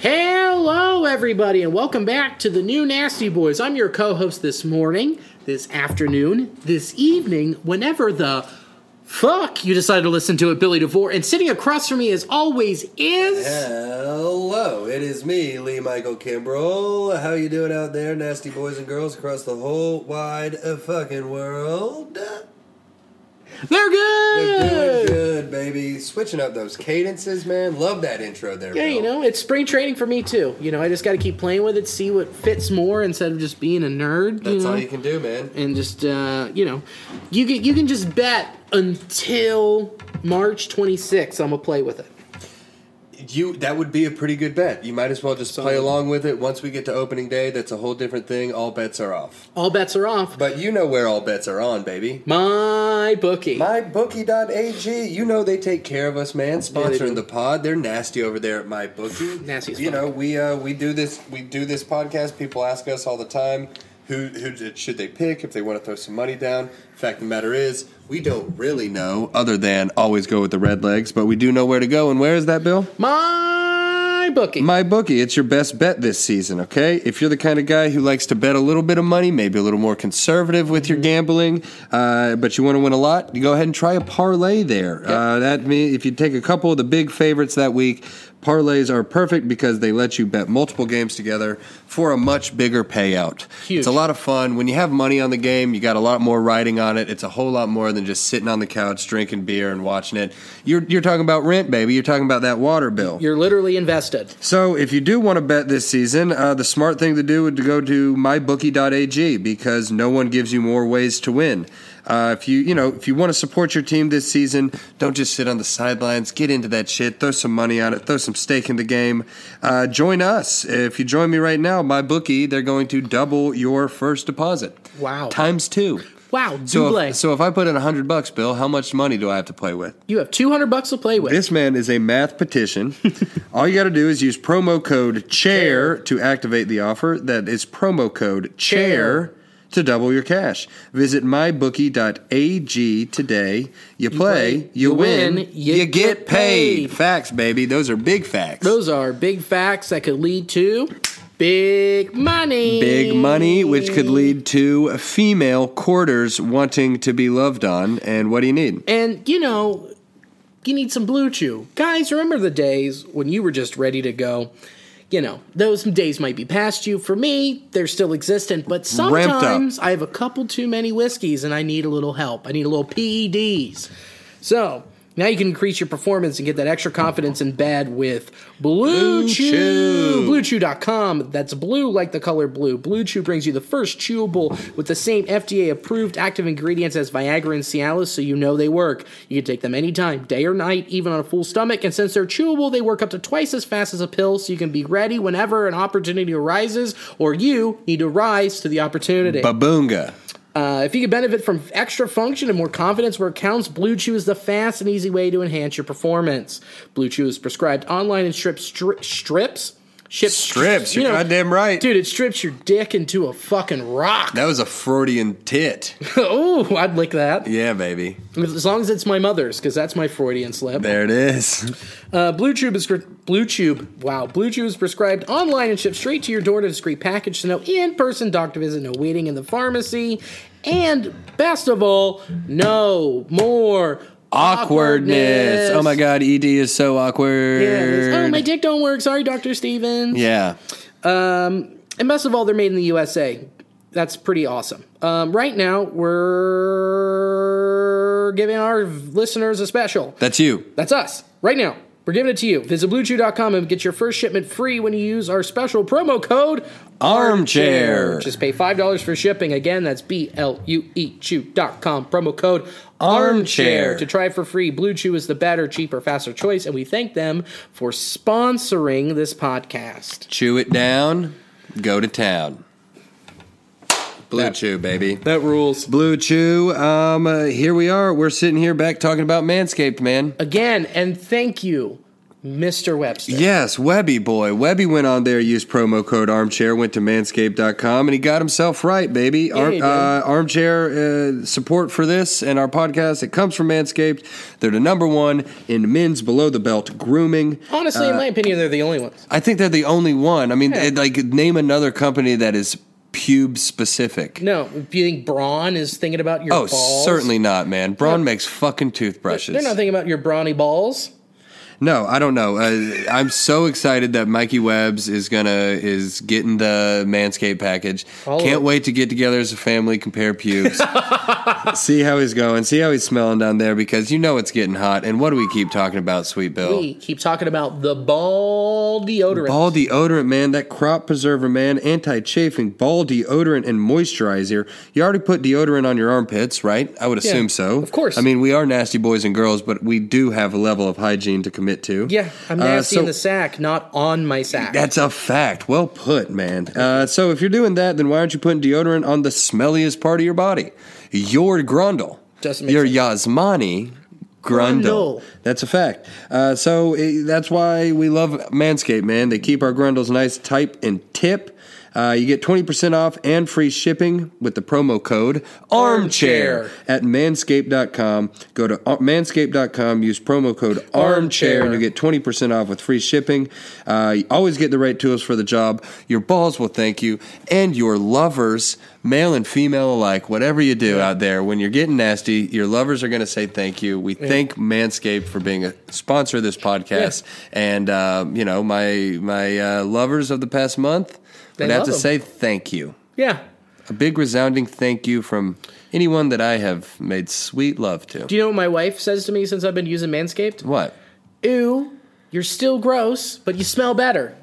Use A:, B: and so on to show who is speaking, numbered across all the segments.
A: Hello, everybody, and welcome back to the new Nasty Boys. I'm your co host this morning, this afternoon, this evening, whenever the fuck you decide to listen to it, Billy DeVore. And sitting across from me, as always, is.
B: Hello, it is me, Lee Michael Kimbrell. How you doing out there, nasty boys and girls across the whole wide uh, fucking world?
A: They're good!
B: They're doing good, baby. Switching up those cadences, man. Love that intro there.
A: Yeah,
B: Bill.
A: you know, it's spring training for me, too. You know, I just got to keep playing with it, see what fits more instead of just being a nerd.
B: That's
A: know?
B: all you can do, man.
A: and just uh, you know, you can you can just bet until March 26th. I'm gonna play with it.
B: You that would be a pretty good bet. You might as well just play along with it. Once we get to opening day, that's a whole different thing. All bets are off.
A: All bets are off.
B: But you know where all bets are on, baby.
A: My bookie.
B: MyBookie.ag. You know they take care of us, man.
A: they
B: Sponsoring
A: do.
B: the pod. They're nasty over there at MyBookie.
A: Nasty as
B: You
A: fuck.
B: know we uh, we do this we do this podcast. People ask us all the time who who should they pick if they want to throw some money down. Fact of the matter is we don't really know other than always go with the red legs, but we do know where to go. And where is that, Bill?
A: My bookie.
B: My bookie, it's your best bet this season, okay? If you're the kind of guy who likes to bet a little bit of money, maybe a little more conservative with your
A: Mm-hmm.
B: gambling, uh, but you want to win a lot, you go ahead and try a parlay there. Uh, that means if you take a couple of the big favorites that week, parlays are perfect because they let you bet multiple games together for a much bigger payout.
A: Huge.
B: It's a lot of fun. When you have money on the game, you got a lot more riding on it. It's a whole lot more than just sitting on the couch drinking beer and watching it. You're, you're talking about rent, baby. You're talking about that water bill.
A: You're literally invested.
B: So, if you do want to bet this season, uh, the smart thing to do would to go to mybookie.ag because no one gives you more ways to win. Uh, if you you know if you want to support your team this season, don't just sit on the sidelines. Get into that shit. Throw some money on it. Throw some stake in the game. Uh, join us. If you join me right now, my bookie, they're going to double your first deposit.
A: Wow.
B: Times two.
A: Wow,
B: So
A: Duble.
B: if, so if I put in hundred bucks, Bill, how much money do I have to play with?
A: you have 200 bucks to play with.
B: This man is a math petition. All you got to do is use promo code CHAIR to activate the offer. That is promo code CHAIR to double your cash. Visit mybookie.ag today. You play, you, win, you, get paid. Facts, baby. Those are big facts.
A: Those are big facts that could lead to big money.
B: Big money, which could lead to female quarters wanting to be loved on. And what do you need?
A: And you know, you need some blue chew. Guys, remember the days when you were just ready to go. You know, those days might be past you. For me, they're still existent, but
B: Ramped up.
A: sometimes I have a couple too many whiskeys and I need a little help. I need a little E PEDs. So now you can increase your performance and get that extra confidence in bed with Blue,
B: Blue
A: Chew.
B: Chew.
A: BlueChew.com. That's blue like the color blue. Blue Chew brings you the first chewable with the same FDA approved active ingredients as Viagra and Cialis, so you know they work. You can take them anytime, day or night, even on a full stomach. And since they're chewable, they work up to twice as fast as a pill, so you can be ready whenever an opportunity arises or you need to rise to the opportunity.
B: Baboonga.
A: Uh, if you could benefit from extra function and more confidence where it counts, Blue Chew is the fast and easy way to enhance your performance. Blue Chew is prescribed online and strips stri- strips Ship,
B: Strips, you're goddamn right.
A: dude. It strips your dick into a fucking rock.
B: That was a Freudian tit.
A: oh, I'd lick that
B: Yeah, baby.
A: as long as it's my mother's, because that's my Freudian slip.
B: There it is.
A: Uh, Blue Tube is Blue Tube. Wow, Blue Tube is prescribed online and shipped straight to your door in a discreet package. So no in-person doctor visit, no waiting in the pharmacy, and best of all, no more
B: awkwardness. Oh my god, ED is so awkward.
A: Yeah, it is. oh, my dick don't work. Sorry, Doctor Stevens.
B: Yeah.
A: Um, and best of all, they're made in the USA. That's pretty awesome. Um, right now, we're giving our listeners a special.
B: That's you.
A: That's us right now. We're giving it to you. Visit bluechew.com and get your first shipment free when you use our special promo code
B: Armchair.
A: Just pay $5 for shipping. Again, that's B L U E Chew.com. Promo code
B: Armchair.
A: to try it for free. Blue Chew is the better, cheaper, faster choice, and we thank them for sponsoring this podcast.
B: Chew it down. Go to town. Blue
A: That-
B: Chew, baby.
A: That rules.
B: Blue Chew. Um, uh, here we are. We're sitting here back talking about Manscaped, man.
A: Again, and thank you, Mr. Webster.
B: Yes, Webby boy. Webby went on there, used promo code armchair, went to manscaped.com, and he got himself right, baby. Arm,
A: he did.
B: uh, armchair uh, support for this and our podcast. It comes from Manscaped. They're the number one in men's below the belt grooming.
A: Honestly, in my opinion, they're the only ones.
B: I think they're the only one. I mean,
A: Yeah.
B: it- like, name another company that is pube specific.
A: No, do you think Braun is thinking about your
B: oh,
A: balls?
B: certainly not, man. Braun makes fucking toothbrushes.
A: They're not thinking about your brawny balls.
B: No, I don't know. Uh, I'm so excited that Mikey Webbs is gonna is getting the Manscaped package.
A: All
B: Can't
A: of-
B: wait to get together as a family, compare pubes, see how he's going, see how he's smelling down there because you know it's getting hot. And what do we keep talking about, Sweet Bill?
A: We keep talking about the ball deodorant.
B: Ball deodorant, man. That crop preserver, man. Anti chafing, ball deodorant, and moisturizer. You already put deodorant on your armpits, right? I would
A: Yeah,
B: assume so.
A: of course.
B: I mean, we are nasty boys and girls, but we do have a level of hygiene to commit to.
A: yeah, I'm
B: Uh,
A: nasty
B: so-
A: in the sack, not on my sack.
B: That's a fact. Well put, man. Uh, so if you're doing that, then why aren't you putting deodorant on the smelliest part of your body? Your grundle.
A: Doesn't make
B: your
A: sense.
B: Yasmani grundle.
A: Grundle.
B: That's a fact. Uh, so eh, that's why we love Manscaped, man. They keep our grundles nice, tight, and tip. Uh, you get 20% off and free shipping with the promo code
A: Armchair.
B: armchair at manscaped.com. Go to ar- manscaped.com, use promo code armchair, and you get 20% off with free shipping. Uh, you always get the right tools for the job. Your balls will thank you, and your lovers, male and female alike, whatever you do out there, when you're getting nasty, your lovers are going to say thank you. We thank Manscaped for being a sponsor of this podcast. And, uh, you know, my, my uh, lovers of the past month
A: They
B: would have
A: love
B: to
A: them.
B: say thank you
A: yeah.
B: a big resounding thank you from anyone that I have made sweet love to.
A: Do you know what my wife says to me since I've been using Manscaped?
B: what?
A: Ew, you're still gross, but you smell better.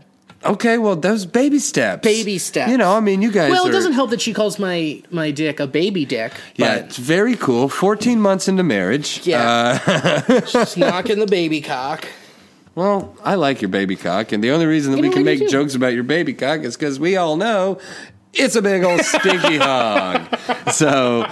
B: Okay, well, those baby steps.
A: Baby steps.
B: You know, I mean, you guys.
A: Well,
B: are-
A: it doesn't help that she calls my my dick a baby dick.
B: Yeah, it's very cool. Fourteen months into marriage. Uh,
A: Yeah. she's knocking the baby cock.
B: Well, I like your baby cock, and the only reason that
A: You
B: we
A: know,
B: can
A: I do
B: make
A: too.
B: jokes about your baby cock is because we all know it's a big old stinky hog. So.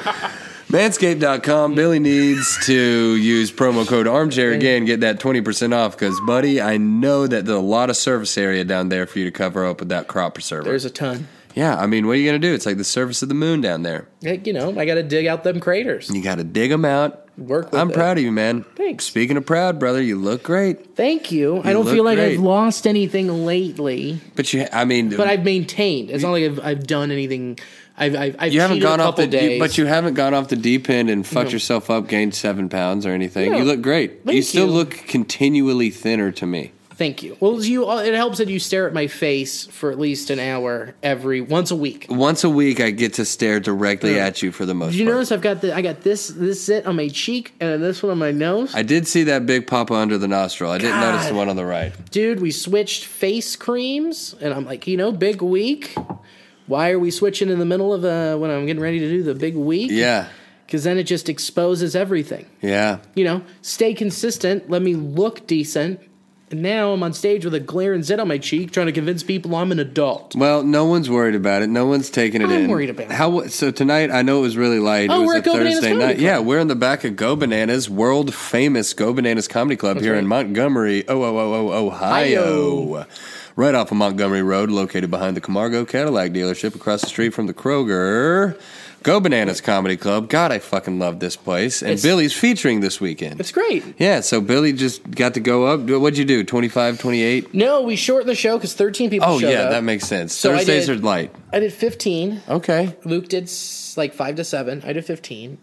B: Manscaped.com. Billy needs to use promo code armchair again, get that 20% off. Because, buddy, I know that there's a lot of surface area down there for you to cover up with that crop preserver.
A: There's a ton.
B: yeah, I mean, what are you going to do? It's like the surface of the moon down there.
A: Like, you know, I got to dig out them craters.
B: You got to dig them out.
A: Work with
B: I'm
A: it.
B: proud of you, man.
A: Thanks.
B: Speaking of proud, brother, you look great.
A: Thank you. I
B: You
A: don't
B: look
A: feel like
B: great.
A: I've lost anything lately,
B: But you, I mean,
A: but I've maintained. It's not like I've, I've done anything. I've, I've, I've
B: you haven't
A: cheated
B: gone
A: a
B: off
A: couple
B: the
A: days.
B: you- but you haven't gone off the deep end and fucked yourself up, gained seven pounds or anything.
A: No.
B: You look great.
A: Thank
B: you still
A: you.
B: look continually thinner to me.
A: Thank you. Well, you. uh, It helps that you stare at my face for at least an hour every once a week.
B: Once a week, I get to stare directly
A: Yeah.
B: at you for the most
A: Did you
B: part.
A: notice I've got the I got this this sit on my cheek and then this one on my nose?
B: I did see that big papa under the nostril. I didn't notice the
A: God.
B: one on the right.
A: Dude, we switched face creams, and I'm like, you know, big week. Why are we switching in the middle of uh, when I'm getting ready to do the big week?
B: Yeah,
A: because then it just exposes everything.
B: yeah.
A: you know, stay consistent, let me look decent. And now I'm on stage with a glaring zit on my cheek trying to convince people I'm an adult.
B: Well, no one's worried about it. No one's taking it
A: I'm
B: in.
A: worried about it.
B: How so tonight? I know it was really light.
A: Oh,
B: it was
A: we're
B: a
A: at Go Bananas
B: Thursday
A: Comedy
B: night.
A: Club.
B: Yeah, we're in the back of Go Bananas, world famous Go Bananas Comedy Club here in Montgomery, oh oh oh oh Ohio. Right off of Montgomery Road, located behind the Camargo Cadillac dealership across the street from the Kroger. Go Bananas Comedy Club. God, I fucking love this place. And
A: It's-
B: Billy's featuring this weekend.
A: It's great.
B: yeah, so Billy just got to go up. What'd you do? 25, 28?
A: No, we shortened the show because 13 people
B: Oh,
A: showed
B: yeah,
A: up.
B: that makes sense.
A: So I
B: Thursdays
A: did-
B: are light.
A: I did 15.
B: Okay.
A: Luke did s- like 5 to 7. I did 15.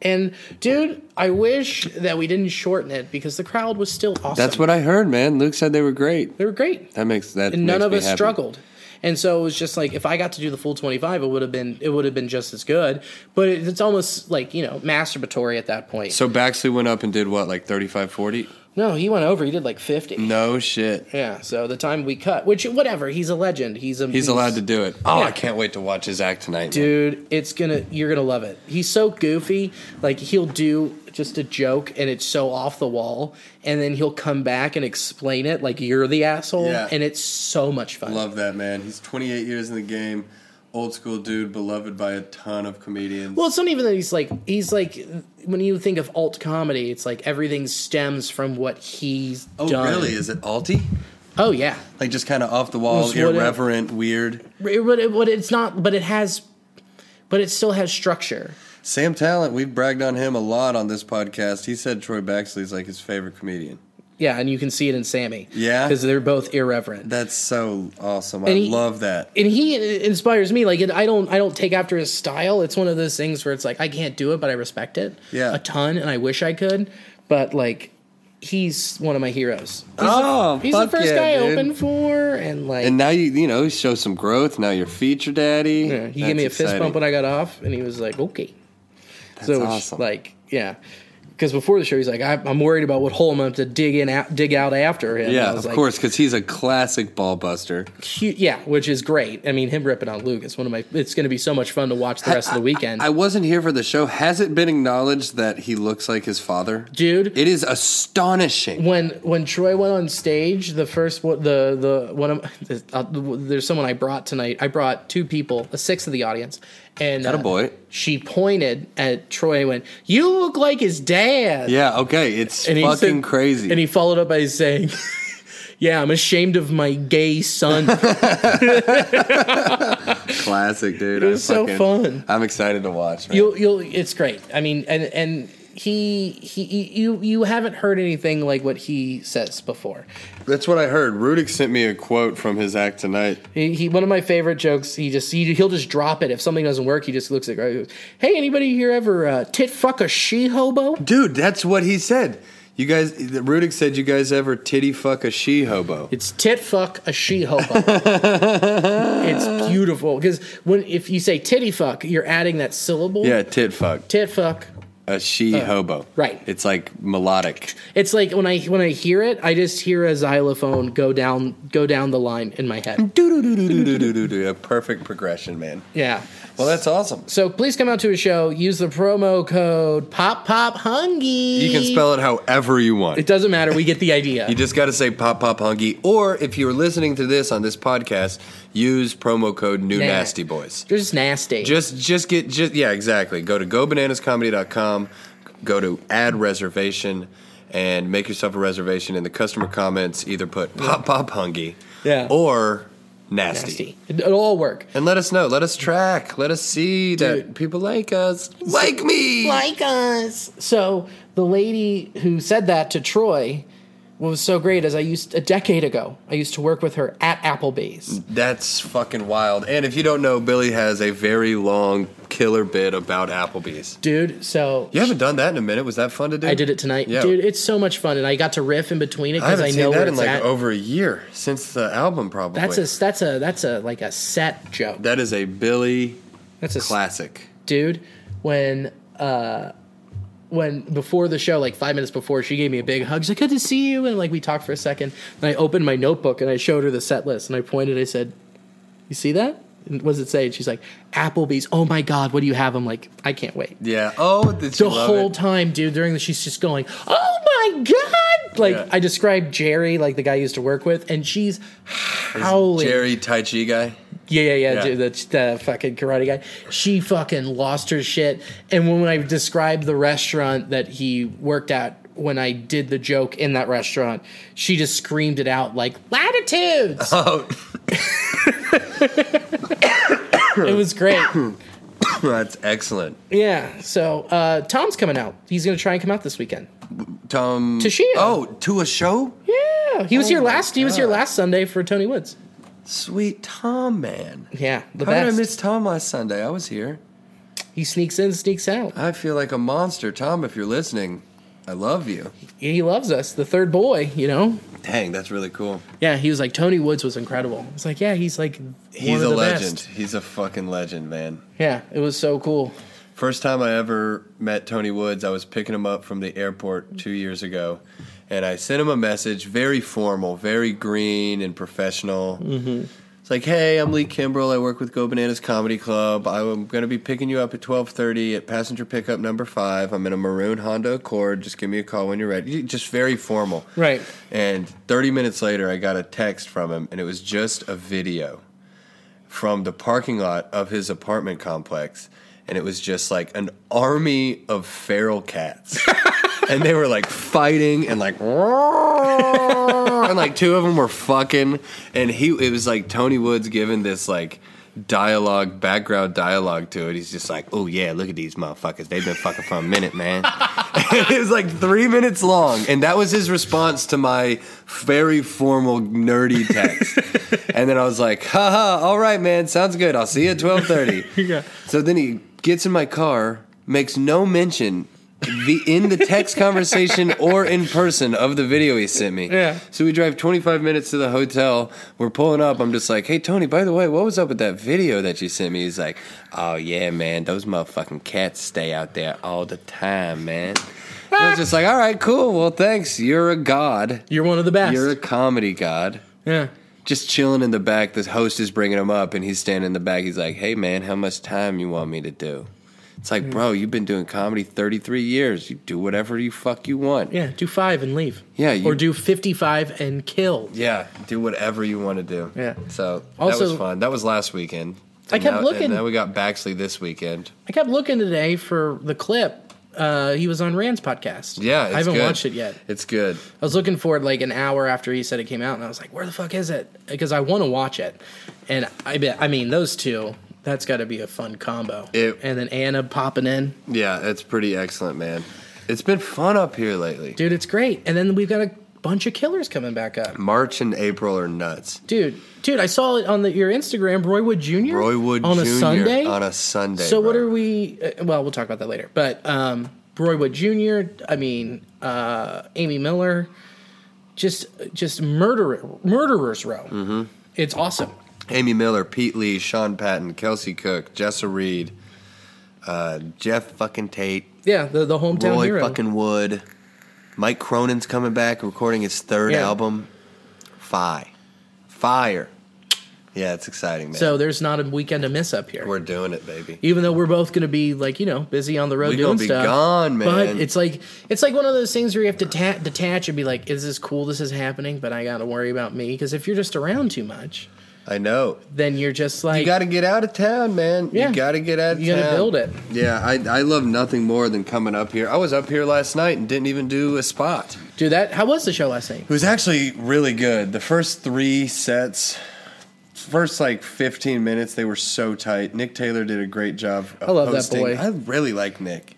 A: And dude, I wish that we didn't shorten it because the crowd was still awesome.
B: That's what I heard, man. Luke said they were great.
A: They were great.
B: That makes that.
A: And none
B: makes
A: of
B: me
A: us
B: happy.
A: struggled. And so it was just like if I got to do the full 25, it would have been it would have been just as good, but it, it's almost like, you know, masturbatory at that point.
B: So Baxley went up and did what, like 35, 40?
A: No, he went over. He did like 50.
B: No shit.
A: Yeah, so the time we cut, which whatever, he's a legend. He's a
B: He's allowed to do it. Oh,
A: Yeah.
B: I can't wait to watch his act tonight. man.
A: Dude, it's gonna you're gonna love it. He's so goofy, like he'll do just a joke and it's so off the wall, and then he'll come back and explain it like you're the asshole,
B: Yeah.
A: and it's so much fun.
B: Love that man. He's 28 years in the game, old school dude, beloved by a ton of comedians.
A: Well, it's not even that he's like he's like when you think of alt comedy, it's like everything stems from what he's
B: oh,
A: done.
B: really? Is it alty?
A: Oh yeah,
B: Like just kind of off the wall,
A: It's what-
B: irreverent, weird.
A: It- but, it, but it's not. But it has, but it still has structure.
B: Sam Talent, we've bragged on him a lot on this podcast. He said Troy Baxley's like his favorite comedian.
A: Yeah, and you can see it in Sammy.
B: Yeah?
A: because they're both irreverent.
B: That's so awesome. I
A: And he-
B: love that.
A: and he inspires me. Like, and I don't, I don't take after his style. It's one of those things where it's like I can't do it, but I respect it.
B: Yeah.
A: a ton, and I wish I could. But like, he's one of my heroes. He's
B: Oh,
A: the, he's the
B: fuck
A: first
B: yeah,
A: guy I
B: dude.
A: opened for, and like,
B: And now you you know show some growth. Now you're feature daddy.
A: yeah, he gave me a fist bump when I got off, and he was like, "Okay." That's so, it's
B: awesome.
A: Like, yeah. Because before the show, he's like, I, "I'm worried about what hole I'm going to dig in, out, dig out after him." And
B: yeah,
A: I was
B: of
A: like,
B: course, because he's a classic ball buster.
A: cute- yeah, which is great. I mean, him ripping on Luke is one of my. It's going to be so much fun to watch the rest of the weekend,
B: I wasn't here for the show. Has it been acknowledged that he looks like his father?
A: dude.
B: It is astonishing.
A: when when Troy went on stage, the first one, the the one of, uh, there's someone I brought tonight. I brought two people, a sixth of the audience, and uh,
B: Attaboy.
A: she pointed at Troy and went, "You look like his dad."
B: Yeah, okay, it's
A: and he
B: fucking
A: said-
B: crazy.
A: And he followed up by saying, "Yeah, I'm ashamed of my gay son."
B: Classic, dude.
A: It
B: I
A: was so fun.
B: I'm excited to watch. man.
A: you'll you'll it's great. I mean, and and. He, he you you haven't heard anything like what he says before.
B: That's what I heard. Rudick sent me a quote from his act tonight.
A: He, he one of my favorite jokes. He just he, he'll just drop it if something doesn't work. He just looks like, hey, anybody here ever uh, tit fuck a she hobo?
B: Dude, that's what he said. You guys, Rudick said, you guys ever titty fuck a she hobo?
A: It's tit fuck a she hobo. it's beautiful because when if you say titty fuck, you're adding that syllable.
B: Yeah, tit fuck
A: tit fuck.
B: a she hobo.
A: Oh, right.
B: It's like melodic.
A: It's like when I when I hear it, I just hear a xylophone go down go down the line in my
B: Mm.
A: head.
B: Do-do-do-do-do-do-do-do. A perfect progression, man.
A: Yeah.
B: Well, that's awesome.
A: So please come out to a show. Use the promo code Pop Pop Hungy.
B: You can spell it however you want.
A: It doesn't matter. We get the idea.
B: You just got to say pop pop hunky, or if you're listening to this on this podcast, use promo code new
A: Yeah.
B: nasty boys.
A: They're just nasty.
B: Just just get just yeah exactly. Go to gobananascomedy.com, go to add reservation, and make yourself a reservation. In the customer comments, either put pop pop hunky,
A: Yeah.
B: or nasty.
A: nasty. It, it'll all work.
B: And let us know. Let us track. Let us see that
A: Dude.
B: people like us. Like me.
A: Like us. So the lady who said that to Troy, what was so great is I used a decade ago. I used to work with her at Applebee's.
B: That's fucking wild. And if you don't know, Billy has a very long killer bit about Applebee's.
A: Dude, so
B: You haven't done that in a minute. Was that fun to do?
A: I did it tonight.
B: Yeah.
A: Dude, it's so much fun and I got to riff in between it
B: I
A: cuz
B: haven't
A: I, know
B: seen
A: where
B: that in
A: it's
B: like
A: at.
B: over a year since the album, probably.
A: that's a that's a that's a like a set joke.
B: that is a Billy
A: That's a s-
B: classic.
A: dude when uh when before the show like five minutes before she gave me a big hug she's like good to see you and like we talked for a second and i opened my notebook and i showed her the set list and i pointed i said you see that and what does it say and she's like applebee's oh my god what do you have i'm like i can't wait
B: Yeah. Oh, did you
A: the
B: love
A: whole
B: it?
A: time dude during the she's just going oh my god like
B: Yeah.
A: i described jerry like the guy i used to work with and she's howling
B: Jerry Tai Chi guy.
A: yeah, yeah, yeah.
B: Yeah.
A: Dude, the, the fucking karate guy. She fucking lost her shit. And when I described the restaurant that he worked at when I did the joke in that restaurant, she just screamed it out like, Latitudes!
B: Oh,
A: it was great.
B: that's excellent.
A: yeah. So uh, Tom's coming out. He's going to try and come out this weekend.
B: Tom.
A: Toshio.
B: Oh, to a show?
A: Yeah. He was
B: Oh
A: here
B: my
A: last. He was here
B: God.
A: last Sunday for Tony Woods.
B: Sweet Tom, man.
A: Yeah, the
B: How did
A: best.
B: I miss Tom last Sunday? I was here.
A: he sneaks in, sneaks out.
B: I feel like a monster. Tom, if you're listening, I love you.
A: He loves us. The third boy, you know.
B: Dang, that's really cool.
A: Yeah, he was like Tony Woods was incredible. It's like, yeah, he's like one
B: He's
A: of
B: a
A: the
B: legend.
A: best.
B: He's a fucking legend, man.
A: Yeah, it was so cool.
B: First time I ever met Tony Woods, I was picking him up from the airport two years ago, and I sent him a message, very formal, very green and professional. Mm-hmm. It's like, hey, I'm Lee Kimbrell. I work with Go Bananas Comedy Club. I'm going to be picking you up at 12:30 at passenger pickup number five. I'm in a maroon Honda Accord. Just give me a call when you're ready. Just very formal.
A: Right.
B: And 30 minutes later, I got a text from him, and it was just a video from the parking lot of his apartment complex, and it was just like an army of feral cats. and they were like fighting and like and like two of them were fucking and he it was like Tony Woods giving this like dialogue background dialogue to it he's just like oh yeah look at these motherfuckers they've been fucking for a minute man it was like three minutes long and that was his response to my very formal nerdy text and then i was like haha all right man sounds good i'll see you at 12.30
A: Yeah.
B: so then he gets in my car makes no mention the in the text conversation or in person of the video he sent me.
A: Yeah.
B: So we drive 25 minutes to the hotel. We're pulling up. I'm just like, hey Tony, by the way, what was up with that video that you sent me? He's like, oh yeah, man, those motherfucking cats stay out there all the time, man. And I was just like, all right, cool. Well, thanks. You're a god.
A: You're one of the best.
B: You're a comedy god.
A: yeah.
B: Just chilling in the back. The host is bringing him up, and he's standing in the back. He's like, "Hey, man, how much time you want me to do?" It's like, bro, you've been doing comedy 33 years. You do whatever you fuck you want.
A: Yeah, do five and leave.
B: Yeah, you-
A: or do fifty-five and kill.
B: Yeah, do whatever you want to do.
A: Yeah.
B: So
A: Also-
B: that was fun. That was last weekend.
A: I
B: And
A: kept
B: now,
A: looking-
B: And now we got Baxley this weekend.
A: I kept looking today for the clip. Uh, he was on Rand's podcast.
B: Yeah, it's
A: I haven't
B: good.
A: watched it yet.
B: It's good.
A: I was looking for it like an hour after he said it came out, and I was like, "Where the fuck is it?" Because I want to watch it. And I bet, I mean, those two, that's got to be a fun combo.
B: It-
A: and then Anna popping in,
B: Yeah, it's pretty excellent, man. It's been fun up here lately.
A: dude, it's great. And then we've got a bunch of killers coming back up,
B: March and April are nuts.
A: dude. Dude, I saw it on the, your Instagram, Roy Wood Jr.
B: Roy Wood
A: on
B: Jr.
A: a Sunday.
B: On a Sunday.
A: So what
B: bro.
A: are we? Uh, well, we'll talk about that later. But um, Roy Wood Jr. I mean, uh, Amy Miller, just just murderer murderers row. Mm-hmm. It's awesome.
B: Amy Miller, Pete Lee, Sean Patton, Kelsey Cook, Jessa Reed, uh, Jeff fucking Tate,
A: Yeah, the the hometown
B: Roy
A: hero.
B: fucking Wood, Mike Cronin's coming back, recording his third
A: Yeah.
B: album. Fi. Fire. Yeah, it's exciting, man.
A: so there's not a weekend to miss up here.
B: We're doing it, baby.
A: even though we're both going to be like you know busy on the road
B: We
A: doing
B: gonna be
A: stuff,
B: gone,
A: But
B: man.
A: it's like it's like one of those things where you have to ta- detach and be like, is this cool? This is happening, but I got to worry about me because if you're just around too much,
B: I know.
A: then you're just like
B: You got to get out of town, man.
A: Yeah.
B: You got to get out of
A: You
B: town.
A: gotta build it.
B: Yeah, I, I love nothing more than coming up here. I was up here last night and didn't even do a spot.
A: do that. How was the show last night?
B: It was actually really good. The first three sets, first like 15 minutes, they were so tight. Nick Taylor did a great job. Of
A: I love that
B: hosting.
A: boy.
B: I really like Nick.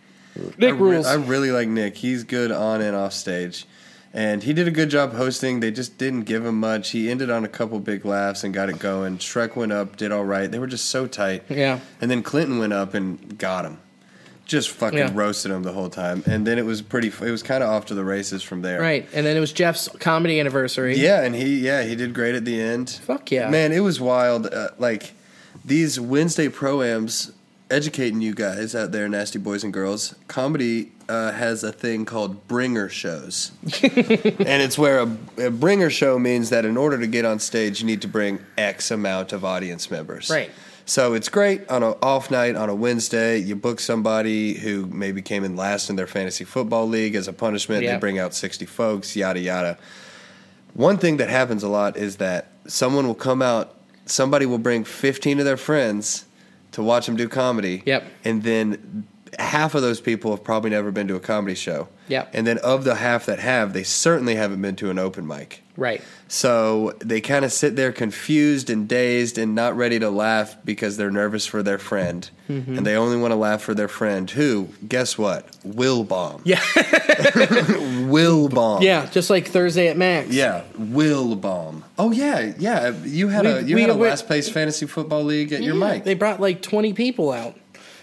A: Nick
B: I, re- I really like Nick. He's good on and off stage. And he did a good job hosting. They just didn't give him much. He ended on a couple big laughs and got it going. Shrek went up, did all right. They were just so tight.
A: Yeah.
B: And then Clinton went up and got him. Just fucking
A: Yeah.
B: roasted him the whole time. And then it was pretty, it was kind of off to the races from there.
A: Right, and then it was Jeff's comedy anniversary.
B: Yeah, and he yeah he did great at the end.
A: Fuck yeah.
B: man! It was wild. Uh, like these Wednesday proams educating you guys out there, nasty boys and girls. Comedy uh, has a thing called bringer shows, and it's where a, a bringer show means that in order to get on stage, you need to bring X amount of audience members.
A: Right.
B: So it's great on an off night on a Wednesday. You book somebody who maybe came in last in their fantasy football league as a punishment.
A: Yeah.
B: They bring out sixty folks. Yada yada. One thing that happens a lot is that someone will come out, somebody will bring 15 of their friends to watch them do comedy.
A: Yep.
B: And then half of those people have probably never been to a comedy show.
A: Yep.
B: And then of the half that have, they certainly haven't been to an open mic.
A: Right.
B: So they kind of sit there confused and dazed and not ready to laugh because they're nervous for their friend.
A: Mm-hmm.
B: And they only want to laugh for their friend who, guess what? Will bomb.
A: Yeah.
B: Will bomb.
A: Yeah, just like Thursday at Max.
B: Yeah, Will Baum. Oh yeah, yeah. You had a
A: We-
B: you
A: we-
B: had a
A: we-
B: last place fantasy football league at your
A: Yeah,
B: mic.
A: They brought like 20 people out.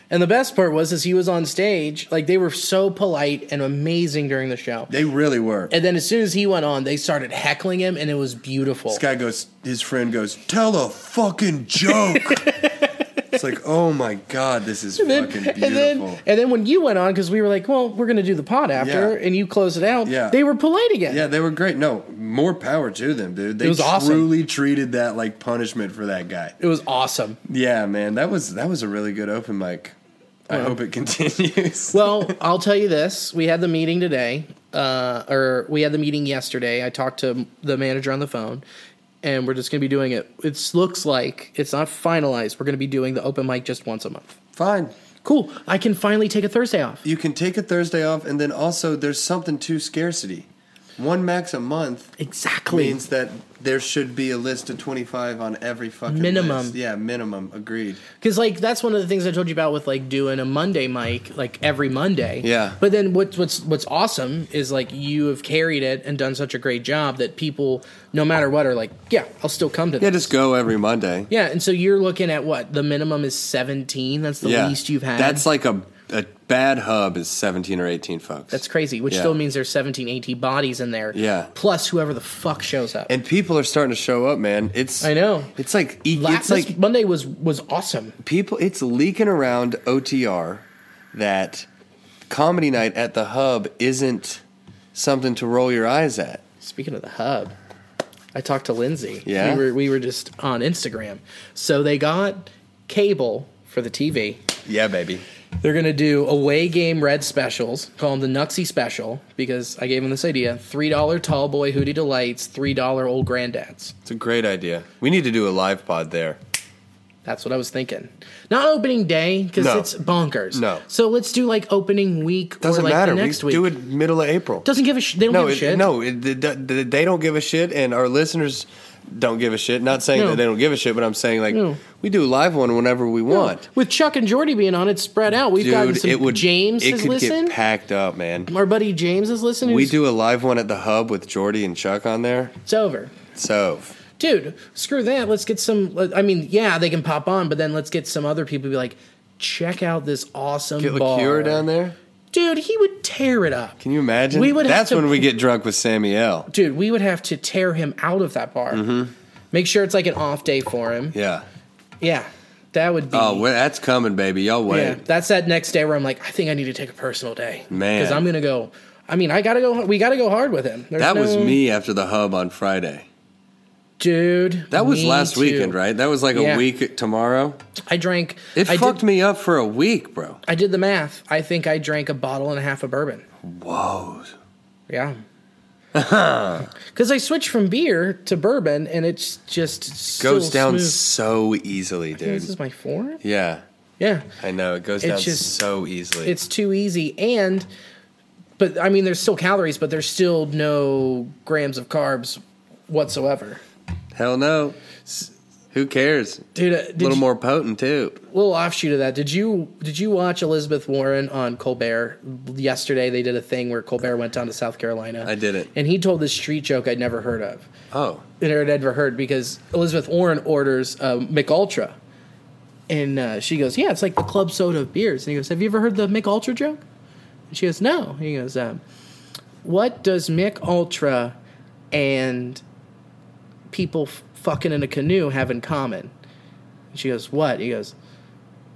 A: And the best part was is he was on stage, like they were so polite and amazing during the show.
B: They really were.
A: And then as soon as he went on, they started heckling him and it was beautiful.
B: this guy goes. His friend goes. Tell a fucking joke. It's like, oh my god, this is
A: then-
B: fucking beautiful.
A: And then, and then when you went on, because we were like, well, we're going to do the pod after,
B: Yeah.
A: and you close it out,
B: Yeah.
A: they were polite again.
B: yeah, they were great. No, more power to them, dude. They
A: It was awesome.
B: truly treated that like punishment for that guy.
A: It was awesome.
B: Yeah, man, that was that was a really good open mic. I hope it continues.
A: Well, I'll tell you this. We had the meeting today, uh, or we had the meeting yesterday. I talked to the manager on the phone, and we're just going to be doing it. It looks like it's not finalized. We're going to be doing the open mic just once a month.
B: Fine.
A: Cool. I can finally take a Thursday off.
B: You can take a Thursday off, and then also there's something to scarcity. One max a month
A: Exactly.
B: means that there should be a list of 25 on every fucking
A: Minimum.
B: list. Yeah, minimum. Agreed.
A: Because like that's one of the things I told you about with like doing a Monday mic like every Monday.
B: Yeah.
A: But then what's what's what's awesome is like you have carried it and done such a great job that people, no matter what, are like, yeah, I'll still come to.
B: Yeah,
A: this.
B: just go every Monday.
A: Yeah, and so you're looking at what the minimum is seventeen. That's the least you've had.
B: That's like a, a bad hub is 17 or 18 folks.
A: that's crazy, which
B: Yeah.
A: still means there's 17, 18 bodies in there.
B: Yeah.
A: Plus whoever the fuck shows up.
B: And people are starting to show up, man. It's
A: I know.
B: It's like e-
A: La-
B: it's
A: this
B: like
A: Monday was was awesome.
B: people it's leaking around OTR that comedy night at the hub isn't something to roll your eyes at.
A: Speaking of the hub, I talked to Lindsay.
B: Yeah?
A: We were we were just on Instagram. So they got cable for the TV.
B: Yeah, baby.
A: They're gonna do away game red specials. Call them the Nuxie special because I gave them this idea: three dollar tall boy hootie delights, three dollar old granddads.
B: It's a great idea. We need to do a live pod there.
A: That's what I was thinking. Not opening day because
B: No.
A: it's bonkers.
B: No.
A: So let's do like opening week
B: Doesn't
A: or like
B: matter.
A: the next
B: we
A: week.
B: do it middle of April.
A: Doesn't give a sh- they don't
B: no,
A: give a
B: it-
A: shit.
B: no, it, th- th- th- they don't give a shit, and our listeners don't give a shit. Not saying
A: No.
B: that they don't give a shit, but I'm saying like
A: No.
B: we do a live one whenever we
A: No,
B: want.
A: With Chuck and Jordy being on, it's spread out. We've gotten
B: Dude,
A: some.
B: it would
A: James
B: it
A: has
B: could
A: listened.
B: get packed up, man.
A: Our buddy James is listening.
B: We do a live one at the hub with Jordy and Chuck on there.
A: It's over.
B: So
A: Dude, screw that. Let's get some. let- I mean, yeah, they can pop on, but then let's get some other people to be like, check out this awesome
B: get
A: bar.
B: Liqueur down there.
A: Dude, he would tear it up.
B: Can you imagine?
A: We would have
B: That's
A: to-
B: when we get drunk with Samuel.
A: Dude, we would have to tear him out of that bar.
B: Mm-hmm.
A: Make sure it's like an off day for him.
B: Yeah.
A: Yeah, that would be.
B: Oh, well, that's coming, baby. Y'all wait.
A: yeah, that's that next day where I'm like, I think I need to take a personal day,
B: Man.
A: because I'm gonna go. I mean, I gotta go. We gotta go hard with him. There's
B: That was
A: no-
B: me after the hub on Friday.
A: dude.
B: That was
A: me
B: last
A: too.
B: weekend, right? That was like
A: Yeah.
B: a week tomorrow.
A: I drank.
B: It
A: I
B: fucked
A: did,
B: me up for a week, bro.
A: I did the math. I think I drank a bottle and a half of bourbon.
B: Whoa.
A: Yeah. Because I switched from beer to bourbon, and it's just so
B: Goes down
A: smooth.
B: so easily,
A: This is
B: dude.
A: my fourth.
B: Yeah.
A: Yeah,
B: I know. It goes
A: It's
B: down
A: just-
B: so easily.
A: it's too easy, and but I mean, there's still calories, but there's still no grams of carbs whatsoever.
B: Hell no. Who cares?
A: Dude, uh, did
B: A little
A: you-
B: more potent, too.
A: little offshoot of that. Did you did you watch Elizabeth Warren on Colbert yesterday? They did a thing where Colbert went down to South Carolina.
B: I didn't.
A: and he told this street joke I'd never heard of,
B: Oh.
A: and I'd never heard because Elizabeth Warren orders uh, McUltra, and uh, she goes, "Yeah, it's like the club soda of beers." And he goes, "Have you ever heard the McUltra joke?" And she goes, "No." And he goes, um, "What does McUltra and people f- fucking in a canoe have in common?" And she goes, "What?" He goes,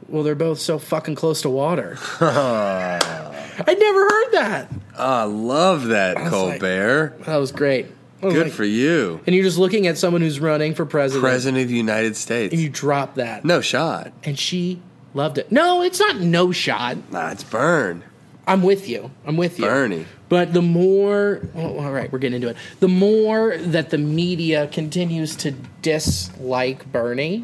A: "Well, they're both so fucking close to water." I never heard that.
B: Ah, I love that,
A: was like-
B: Colbert.
A: That was great. I was
B: Good
A: like-
B: for you.
A: And you're just looking at someone who's running for president,
B: President of the United States.
A: and you drop that,
B: no shot.
A: and she loved it. No, it's not no shot.
B: Nah, it's burn.
A: I'm with you. I'm with you,
B: Bernie.
A: But the more, well, all right, we're getting into it. The more that the media continues to dislike Bernie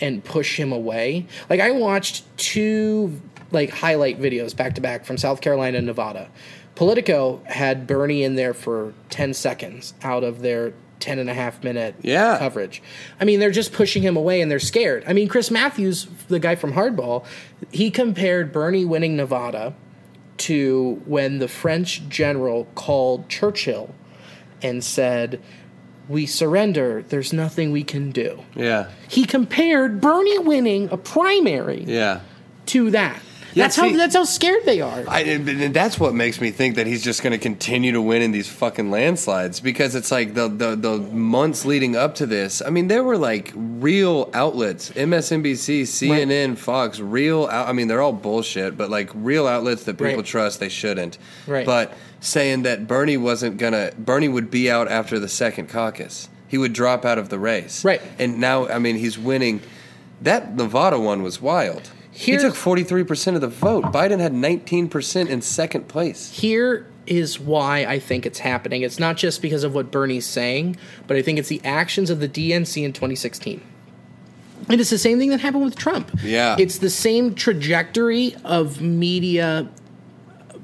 A: and push him away, like I watched two like highlight videos back to back from South Carolina and Nevada. Politico had Bernie in there for 10 seconds out of their 10 and a half minute
B: Yeah.
A: coverage. I mean, they're just pushing him away and they're scared. I mean, Chris Matthews, the guy from Hardball, he compared Bernie winning Nevada to when the French general called Churchill and said, We surrender, there's nothing we can do.
B: Yeah.
A: He compared Bernie winning a primary
B: Yeah.
A: to that. That's
B: see-
A: how that's how scared they are.
B: I, and and that's what makes me think that he's just going to continue to win in these fucking landslides because it's like the, the the months leading up to this. I mean, there were like real outlets, MSNBC, CNN, Fox, real. Out, I mean, they're all bullshit, but like real outlets that people
A: Right.
B: trust. They shouldn't.
A: Right.
B: But saying that Bernie wasn't gonna, Bernie would be out after the second caucus. He would drop out of the race.
A: Right.
B: And now, I mean, he's winning. That Nevada one was wild.
A: Here-
B: he took 43% of the vote. Biden had 19% in second place.
A: Here is why I think it's happening. It's not just because of what Bernie's saying, but I think it's the actions of the DNC in 2016. And it's the same thing that happened with Trump.
B: Yeah.
A: It's the same trajectory of media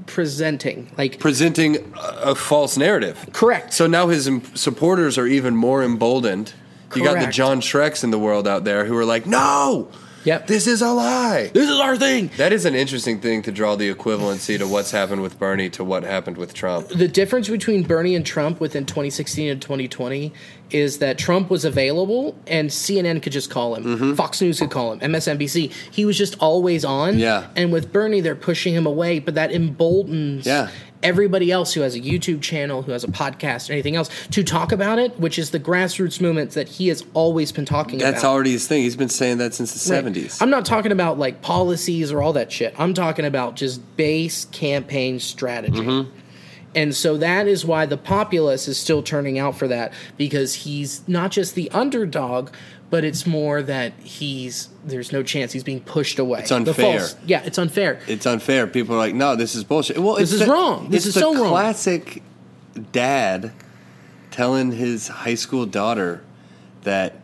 A: presenting. Like,
B: Presenting a, a false narrative.
A: correct.
B: So now his em- supporters are even more emboldened. You got the
A: Correct.
B: John Shreks in the world out there who are like, no,
A: Yep.
B: this is a lie.
A: this is our thing.
B: That is an interesting thing to draw the equivalency to what's happened with Bernie to what happened with Trump.
A: the difference between Bernie and Trump within 2016 and 2020 is that Trump was available and CNN could just call him, Fox News could call him, MSNBC. He was just always on.
B: Yeah.
A: And with Bernie, they're pushing him away, but that emboldens
B: Yeah.
A: everybody else who has a YouTube channel, who has a podcast, or anything else to talk about it, which is the grassroots movements that he has always been talking
B: That's
A: about.
B: already his thing. He's been saying that since the
A: Right.
B: 70s.
A: I'm not talking about like policies or all that shit. I'm talking about just base campaign strategy.
B: Mm-hmm.
A: And so that is why the populace is still turning out for that because he's not just the underdog, but it's more that he's there's no chance he's being pushed away. It's
B: unfair.
A: yeah, it's unfair.
B: it's unfair. People are like, no, this is bullshit. Well,
A: This
B: it's
A: is
B: the-
A: wrong. This
B: it's
A: is
B: the
A: so wrong.
B: Classic dad telling his high school daughter that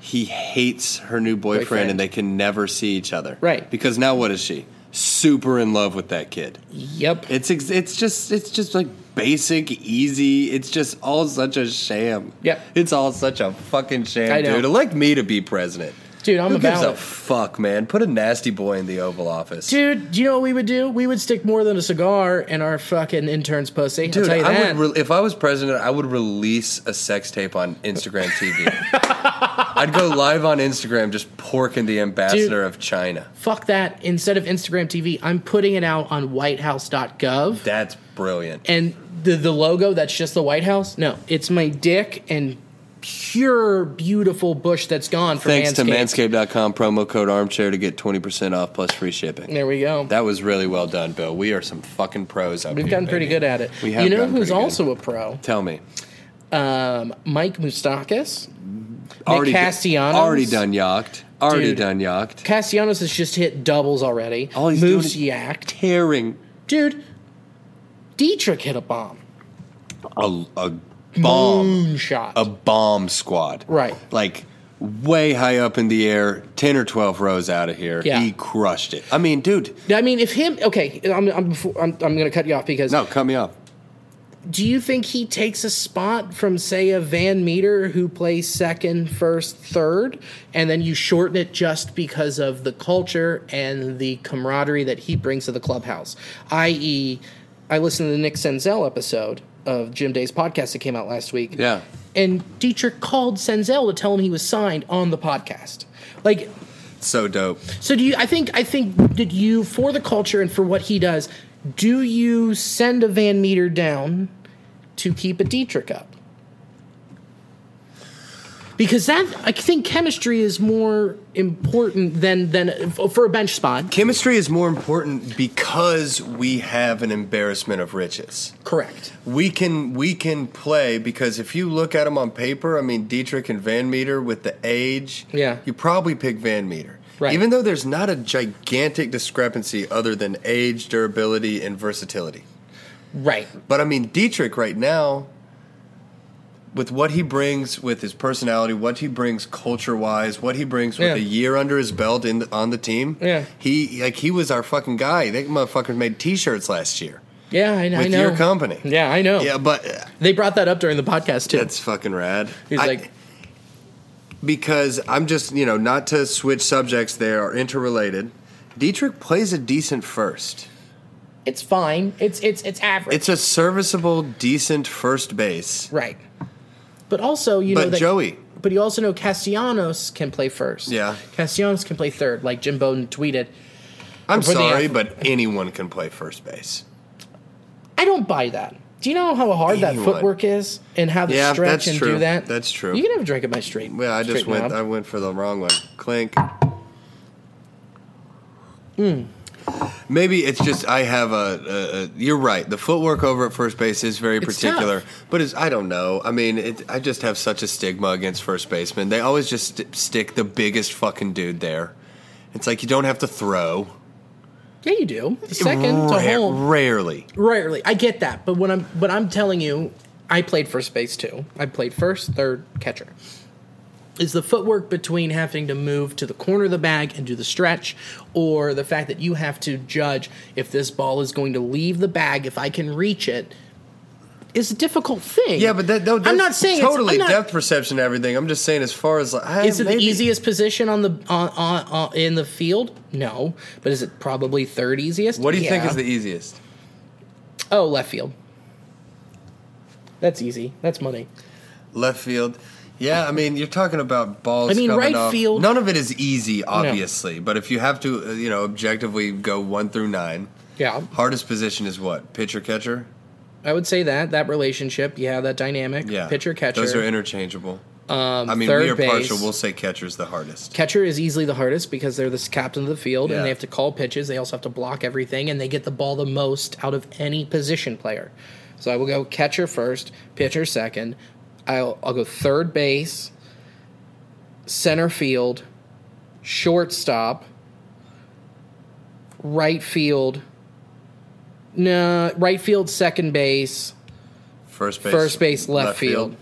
B: he hates her new boyfriend,
A: Boyfriend.
B: and they can never see each other.
A: Right.
B: Because now what is she? Super in love with that kid.
A: Yep.
B: It's ex- it's just it's just like basic, easy. It's just all such a sham.
A: Yep.
B: It's all such a fucking sham,
A: I know.
B: dude. Like me to be president.
A: Dude, I'm
B: Who
A: about
B: gives a
A: it.
B: fuck, man? Put a nasty boy in the Oval Office.
A: Dude, do you know what we would do? We would stick more than a cigar in our fucking intern's pussy. I'll
B: Dude,
A: tell you
B: I
A: that.
B: would re- if I was president, I would release a sex tape on Instagram TV. I'd go live on Instagram just porking the ambassador of China.
A: Fuck that. Instead of Instagram TV, I'm putting it out on whitehouse.gov.
B: That's brilliant.
A: and the the logo that's just the White House. No, it's my dick and pure beautiful bush that's gone for
B: Thanks to
A: Manscaped.
B: manscaped.com promo code armchair to get 20% off plus free shipping.
A: There we go.
B: That was really well done, Bill. We are some fucking pros up
A: We've
B: here,
A: gotten pretty
B: baby.
A: good at it.
B: We have
A: you know
B: gotten
A: who's
B: pretty good.
A: also a pro?
B: Tell me.
A: Um, Mike Moustakis.
B: Already,
A: Castellanos?
B: already done yacked. Already
A: Dude.
B: done yacked.
A: Castellanos has just hit doubles already.
B: All he's
A: Moves
B: doing is-
A: yacked.
B: Tearing
A: Dude, Dietrich hit a bomb.
B: a, a bomb.
A: Moonshot.
B: a bomb squad.
A: Right.
B: Like way high up in the air, 10 or 12 rows out of here.
A: Yeah.
B: He crushed it. I mean, dude,
A: I mean, if him, okay, I'm, I'm, before, I'm, I'm going to cut you off because
B: no, cut me off.
A: Do you think he takes a spot from, say, a Van Meter who plays second, first, third, and then you shorten it just because of the culture and the camaraderie that he brings to the clubhouse? I.e., I listened to the Nick Senzel episode of Jim Day's podcast that came out last week.
B: Yeah.
A: And Dietrich called Senzel to tell him he was signed on the podcast. Like,
B: So dope.
A: so do you? I think I think that you for the culture and for what he does, do you send a Van Meter down to keep a Dietrich up? Because that I think chemistry is more important than than for a bench spot.
B: Chemistry is more important because we have an embarrassment of riches.
A: Correct.
B: we can we can play because if you look at them on paper, I mean Dietrich and Van Meter with the age,
A: Yeah.
B: you probably pick Van Meter.
A: Right.
B: Even though there's not a gigantic discrepancy other than age, durability, and versatility.
A: Right.
B: But I mean Dietrich right now, with what he brings with his personality, what he brings culture wise, what he brings with
A: Yeah.
B: a year under his belt in the, on the team,
A: Yeah.
B: he like he was our fucking guy. That motherfucker made T-shirts last year
A: Yeah, I, I
B: with
A: know.
B: your company.
A: Yeah, I know.
B: Yeah, but uh,
A: They brought that up during the podcast too.
B: that's fucking rad.
A: He's
B: I-
A: like-
B: because I'm just you know not to switch subjects. They are interrelated. Dietrich plays a decent first.
A: it's fine. It's it's it's average.
B: It's a serviceable, decent first base.
A: right. But also, you know
B: But
A: that
B: Joey,
A: But you also know Castellanos can pley first.
B: Yeah.
A: Castellanos can play third. Like Jim Bowden tweeted,
B: I'm
A: for the
B: sorry,
A: ath-
B: but anyone can play first base.
A: I don't buy that. Do you know how hard that
B: Anyone.
A: footwork is and how to
B: Yeah,
A: stretch
B: that's
A: and do
B: true.
A: that?
B: That's true.
A: You can have a drink of my straight.
B: Yeah, I just
A: straight
B: went.
A: knob.
B: I went for the wrong one. Clink. Hmm. Maybe it's just I have a, a, a. You're right. The footwork over at first base is very particular,
A: tough.
B: but it's I don't know. I mean, it, I just have such a stigma against first basemen. They always just st- stick the biggest fucking dude there. It's like you don't have to throw.
A: yeah, you do. Second to
B: Ra-
A: home.
B: rarely.
A: Rarely, I get that, but when I'm but I'm telling you, I played first base too. I played first, third, catcher. Is the footwork between having to move to the corner of the bag and do the stretch, or the fact that you have to judge if this ball is going to leave the bag, if I can reach it, is a difficult thing.
B: Yeah, but that, though,
A: I'm not saying it's-
B: totally
A: I'm not-
B: depth perception. and Everything. I'm just saying as far as like I-
A: Is it
B: maybe-
A: the easiest position on the on, on, on in the field? No, but is it probably third easiest?
B: What do you think
A: Yeah.
B: is the easiest?
A: oh left field? That's easy. That's money.
B: left field. Yeah, I mean, you're talking about balls.
A: I mean,
B: coming
A: right
B: off-
A: field-
B: None of it is easy, obviously. But if you have to, uh, you know, objectively go one through nine,
A: Yeah,
B: hardest position is what? Pitcher catcher.
A: I would say that that relationship. Yeah, that dynamic.
B: Yeah,
A: pitcher catcher.
B: Those are interchangeable. Um, I mean,
A: third
B: we are partial.
A: base.
B: We'll say catcher's the hardest.
A: Catcher is easily the hardest because they're the s- captain of the field
B: Yeah.
A: and they have to call pitches. They also have to block everything and they get the ball the most out of any position player. So I will go catcher first, pitcher second. I'll, I'll go third base, center field, shortstop, right field. No, right field, second base,
B: First base.
A: first base, left, field.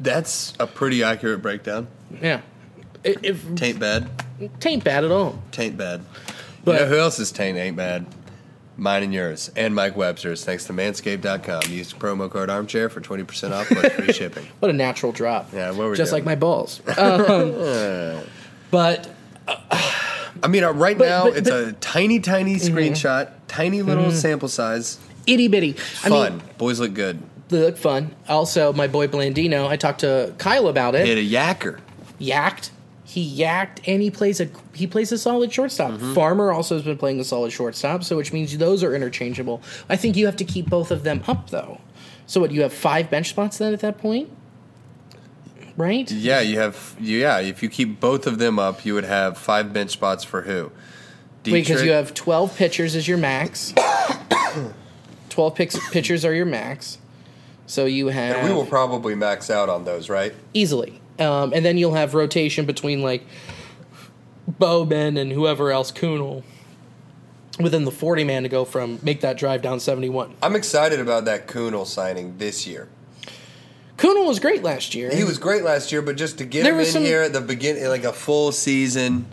B: That's a pretty accurate breakdown.
A: Yeah, it, it
B: Taint bad.
A: tain't bad at all.
B: Taint bad.
A: But-
B: you know who else's taint ain't bad? Mine and yours, and Mike Webster's. Thanks to Manscaped.com. Use promo code Armchair for twenty percent off plus free shipping.
A: What a natural drop.
B: Yeah, what we're
A: just like
B: doing.
A: my balls. Um, but
B: I mean, uh, right now
A: but-
B: it's
A: but- Mm-hmm.
B: a tiny, tiny screenshot, tiny little sample size.
A: itty bitty. I
B: Fun.
A: mean,
B: Boys look good.
A: they look fun. Also, my boy Blandino. I talked to Kyle about it.
B: Hit a yacker.
A: Yacked. He yacked, and he plays a he plays a solid shortstop.
B: Mm-hmm.
A: Farmer also has been playing a solid shortstop, so which means those are interchangeable. I think you have to keep both of them up though. So what? You have five bench spots then at that point, right?
B: Yeah, you have. You, yeah, if you keep both of them up, you would have five bench spots for who? Dietrich,
A: Because you have 12 pitchers as your max. 12 picks, pitchers are your max. So you have
B: And we will probably max out on those, right?
A: easily. Um, and then you'll have rotation between like Bowman and whoever else, Kunal, within the 40 man to go from make that drive down 71.
B: I'm excited about that Kunal signing this year.
A: Kunal was great last year.
B: He was great last year, but just to get
A: There
B: him in
A: was some-
B: here at the beginning, like a full season.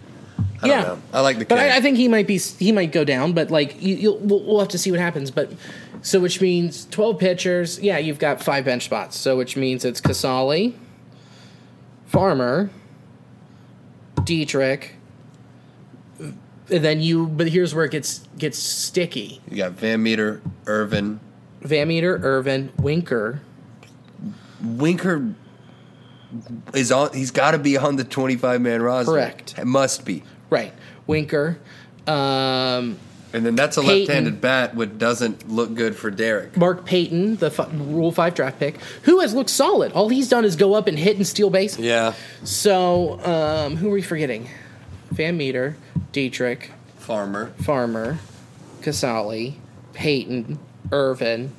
B: I
A: yeah.
B: don't know. I like the
A: But
B: kid.
A: I, I think he might be he might go down, but like you, you'll we'll, we'll have to see what happens. But so which means twelve pitchers. Yeah, you've got five bench spots. So which means it's Casali, Farmer, Dietrich, and then you. But here's where it gets gets sticky.
B: you got Van Meter, Irvin,
A: Van Meter, Irvin, Winker.
B: Winker is on. He's got to be on the twenty-five man roster.
A: Correct.
B: It must be.
A: Right, Winker. Um,
B: And then that's a
A: Peyton.
B: left-handed bat, which doesn't look good for Derek.
A: Mark Payton, the f- Rule Five draft pick, who has looked solid. All he's done is go up and hit and steal bases.
B: Yeah,
A: So, um, who are we forgetting? Van Meter, Dietrich,
B: Farmer.
A: Farmer, Casali, Peyton, Irvin,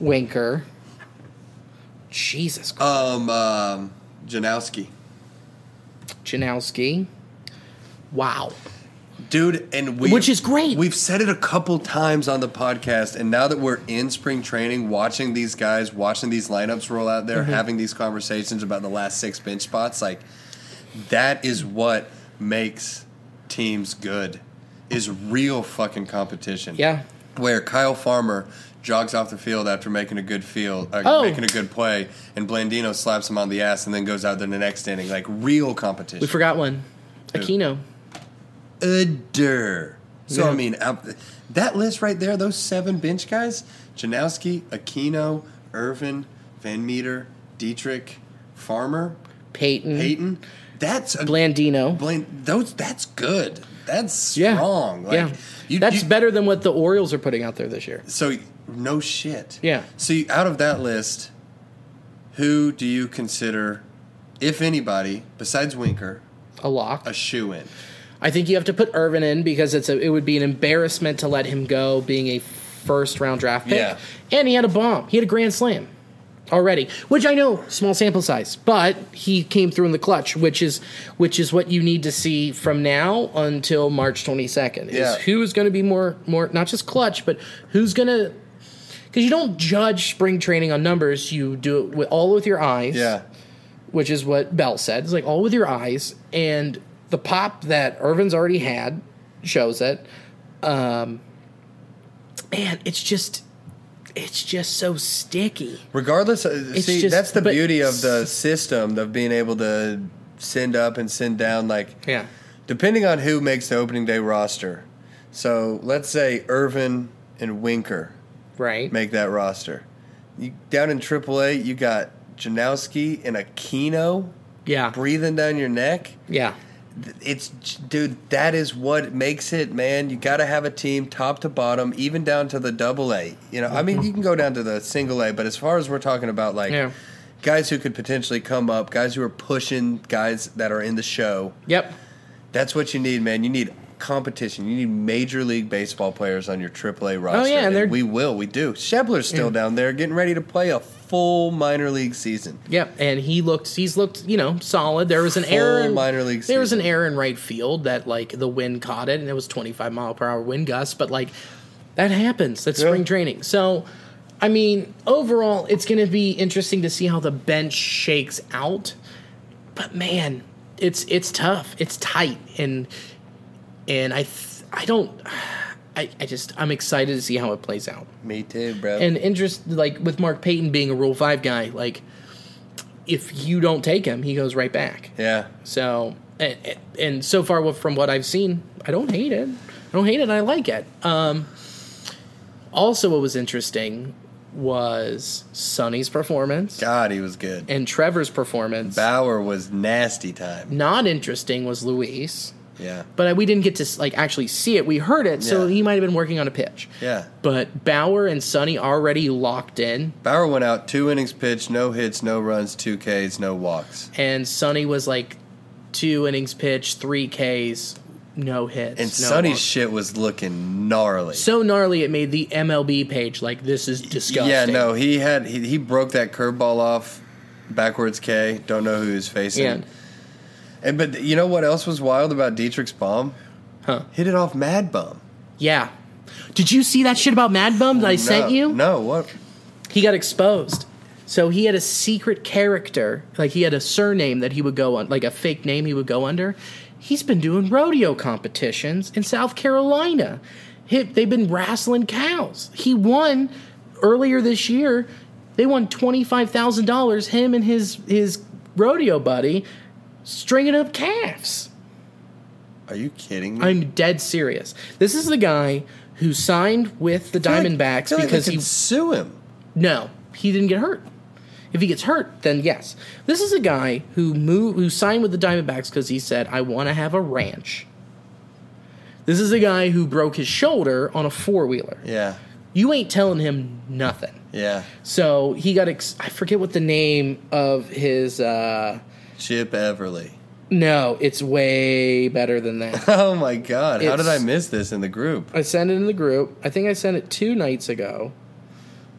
A: Winker. Jesus Christ.
B: Um, um Janowski.
A: Janowski. Wow.
B: Dude, and we
A: Which is great.
B: We've said it a couple times on the podcast, and now that we're in spring training, watching these guys, watching these lineups roll out there,
A: Mm-hmm.
B: having these conversations about the last six bench spots, like that is what makes teams good. Is real fucking competition.
A: Yeah.
B: where Kyle Farmer jogs off the field after making a good field, uh,
A: Oh.
B: making a good play, and Blandino slaps him on the ass, and then goes out there in the next inning, like real competition.
A: We forgot one. Aquino.
B: Udder. So
A: Yeah.
B: I mean, out- that list right there, those seven bench guys: Janowski, Aquino, Irvin, Van Meter, Dietrich, Farmer,
A: Peyton.
B: Peyton. That's a
A: Blandino.
B: Blan- those. That's good. That's
A: Yeah.
B: strong. Like,
A: yeah.
B: you-
A: That's
B: you-
A: better than what the Orioles are putting out there this year.
B: So no shit.
A: Yeah.
B: So you, out of that list, who do you consider, if anybody, besides Winker,
A: A lock.
B: a shoe in?
A: I think you have to put Irvin in because it's a, it would be an embarrassment to let him go being a first round draft pick.
B: Yeah.
A: And he had a bomb. He had a grand slam already, which I know small sample size, but he came through in the clutch, which is which is what you need to see from now until March 22nd. Is
B: Yeah.
A: who is going to be more more not just clutch, but who's going to because you don't judge spring training on numbers, you do it with, all with your eyes
B: Yeah.
A: which is what Bell said. It's like all with your eyes, and the pop that Irvin's already had shows it. Um, man, it's just, it's just so sticky.
B: Regardless, uh
A: It's
B: see,
A: just-
B: that's the
A: but-
B: beauty of the system of being able to send up and send down. Like,
A: Yeah,
B: depending on who makes the opening day roster. So let's say Irvin and Winker
A: right.
B: make that roster. You, down in AAA, you got Janowski and Aquino
A: Yeah,
B: breathing down your neck.
A: yeah,
B: It's dude, that is what makes it, man. You got to have a team top to bottom, even down to the double A. You know, I mean, you can go down to the single A, but as far as we're talking about, like
A: Yeah.
B: guys who could potentially come up, guys who are pushing, guys that are in the show.
A: yep.
B: That's what you need, man. You need competition. You need major league baseball players on your AAA roster.
A: Oh, yeah, and they're-
B: we will. We do. Shebler's still down there, getting ready to play a full minor league season.
A: Yep, and he looked. He's looked, you know, solid. There was an
B: Full
A: error. In,
B: minor league
A: There was an
B: season.
A: error in right field that like the wind caught it, and it was twenty five mile per hour wind gust. But like that happens. That's
B: Yeah.
A: spring training. So, I mean, overall, it's going to be interesting to see how the bench shakes out. But man, it's it's tough. It's tight, and and I th- I don't. I, I just I'm excited to see how it plays out
B: Me too, bro.
A: and interest like with Mark Payton being a Rule Five guy, like if you don't take him, he goes right back.
B: yeah.
A: So and, and so far with- from what I've seen, I don't hate it. I don't hate it. I like it. Um, also, what was interesting was Sonny's performance
B: God, he was good.
A: and Trevor's performance.
B: Bauer was nasty time.
A: Not interesting was Luis,
B: Yeah.
A: but we didn't get to like actually see it. We heard it, so
B: Yeah.
A: he might have been working on a pitch.
B: Yeah.
A: But Bauer and Sonny already locked in.
B: Bauer went out two innings pitched, no hits, no runs, two Ks, no walks.
A: and Sonny was like two innings pitched, three Ks, no hits.
B: And
A: no
B: Sonny's
A: walks.
B: shit was looking gnarly.
A: so gnarly it made the MLB page like this is disgusting.
B: Yeah, no, he had he, he broke that curveball off backwards K. Don't know who he was facing.
A: Yeah.
B: And but you know what else was wild about Dietrich's bomb?
A: Huh.
B: Hit it off Mad Bum.
A: Yeah. Did you see that shit about Mad Bum that I sent
B: No,
A: you?
B: No, what?
A: He got exposed. So he had a secret character, like he had a surname that he would go on, like a fake name he would go under. He's been doing rodeo competitions in South Carolina. He- they've been wrestling cows. He won earlier this year. They won twenty five thousand dollars. Him and his his rodeo buddy stringing up calves.
B: Are you kidding me?
A: I'm dead serious. This is the guy who signed with the
B: I feel like- I
A: Diamondbacks
B: feel like
A: because
B: they can
A: he
B: sue him.
A: no, he didn't get hurt. If he gets hurt, then yes. This is a guy who moved, who signed with the Diamondbacks because he said, "I want to have a ranch." This is a guy who broke his shoulder on a four wheeler.
B: Yeah,
A: You ain't telling him nothing.
B: yeah.
A: So he got ex- I forget what the name of his. uh
B: Chip Everly.
A: No, it's way better than that.
B: Oh my God! How did I
A: It's-
B: miss this in the group?
A: I sent it in the group. I think I sent it two nights ago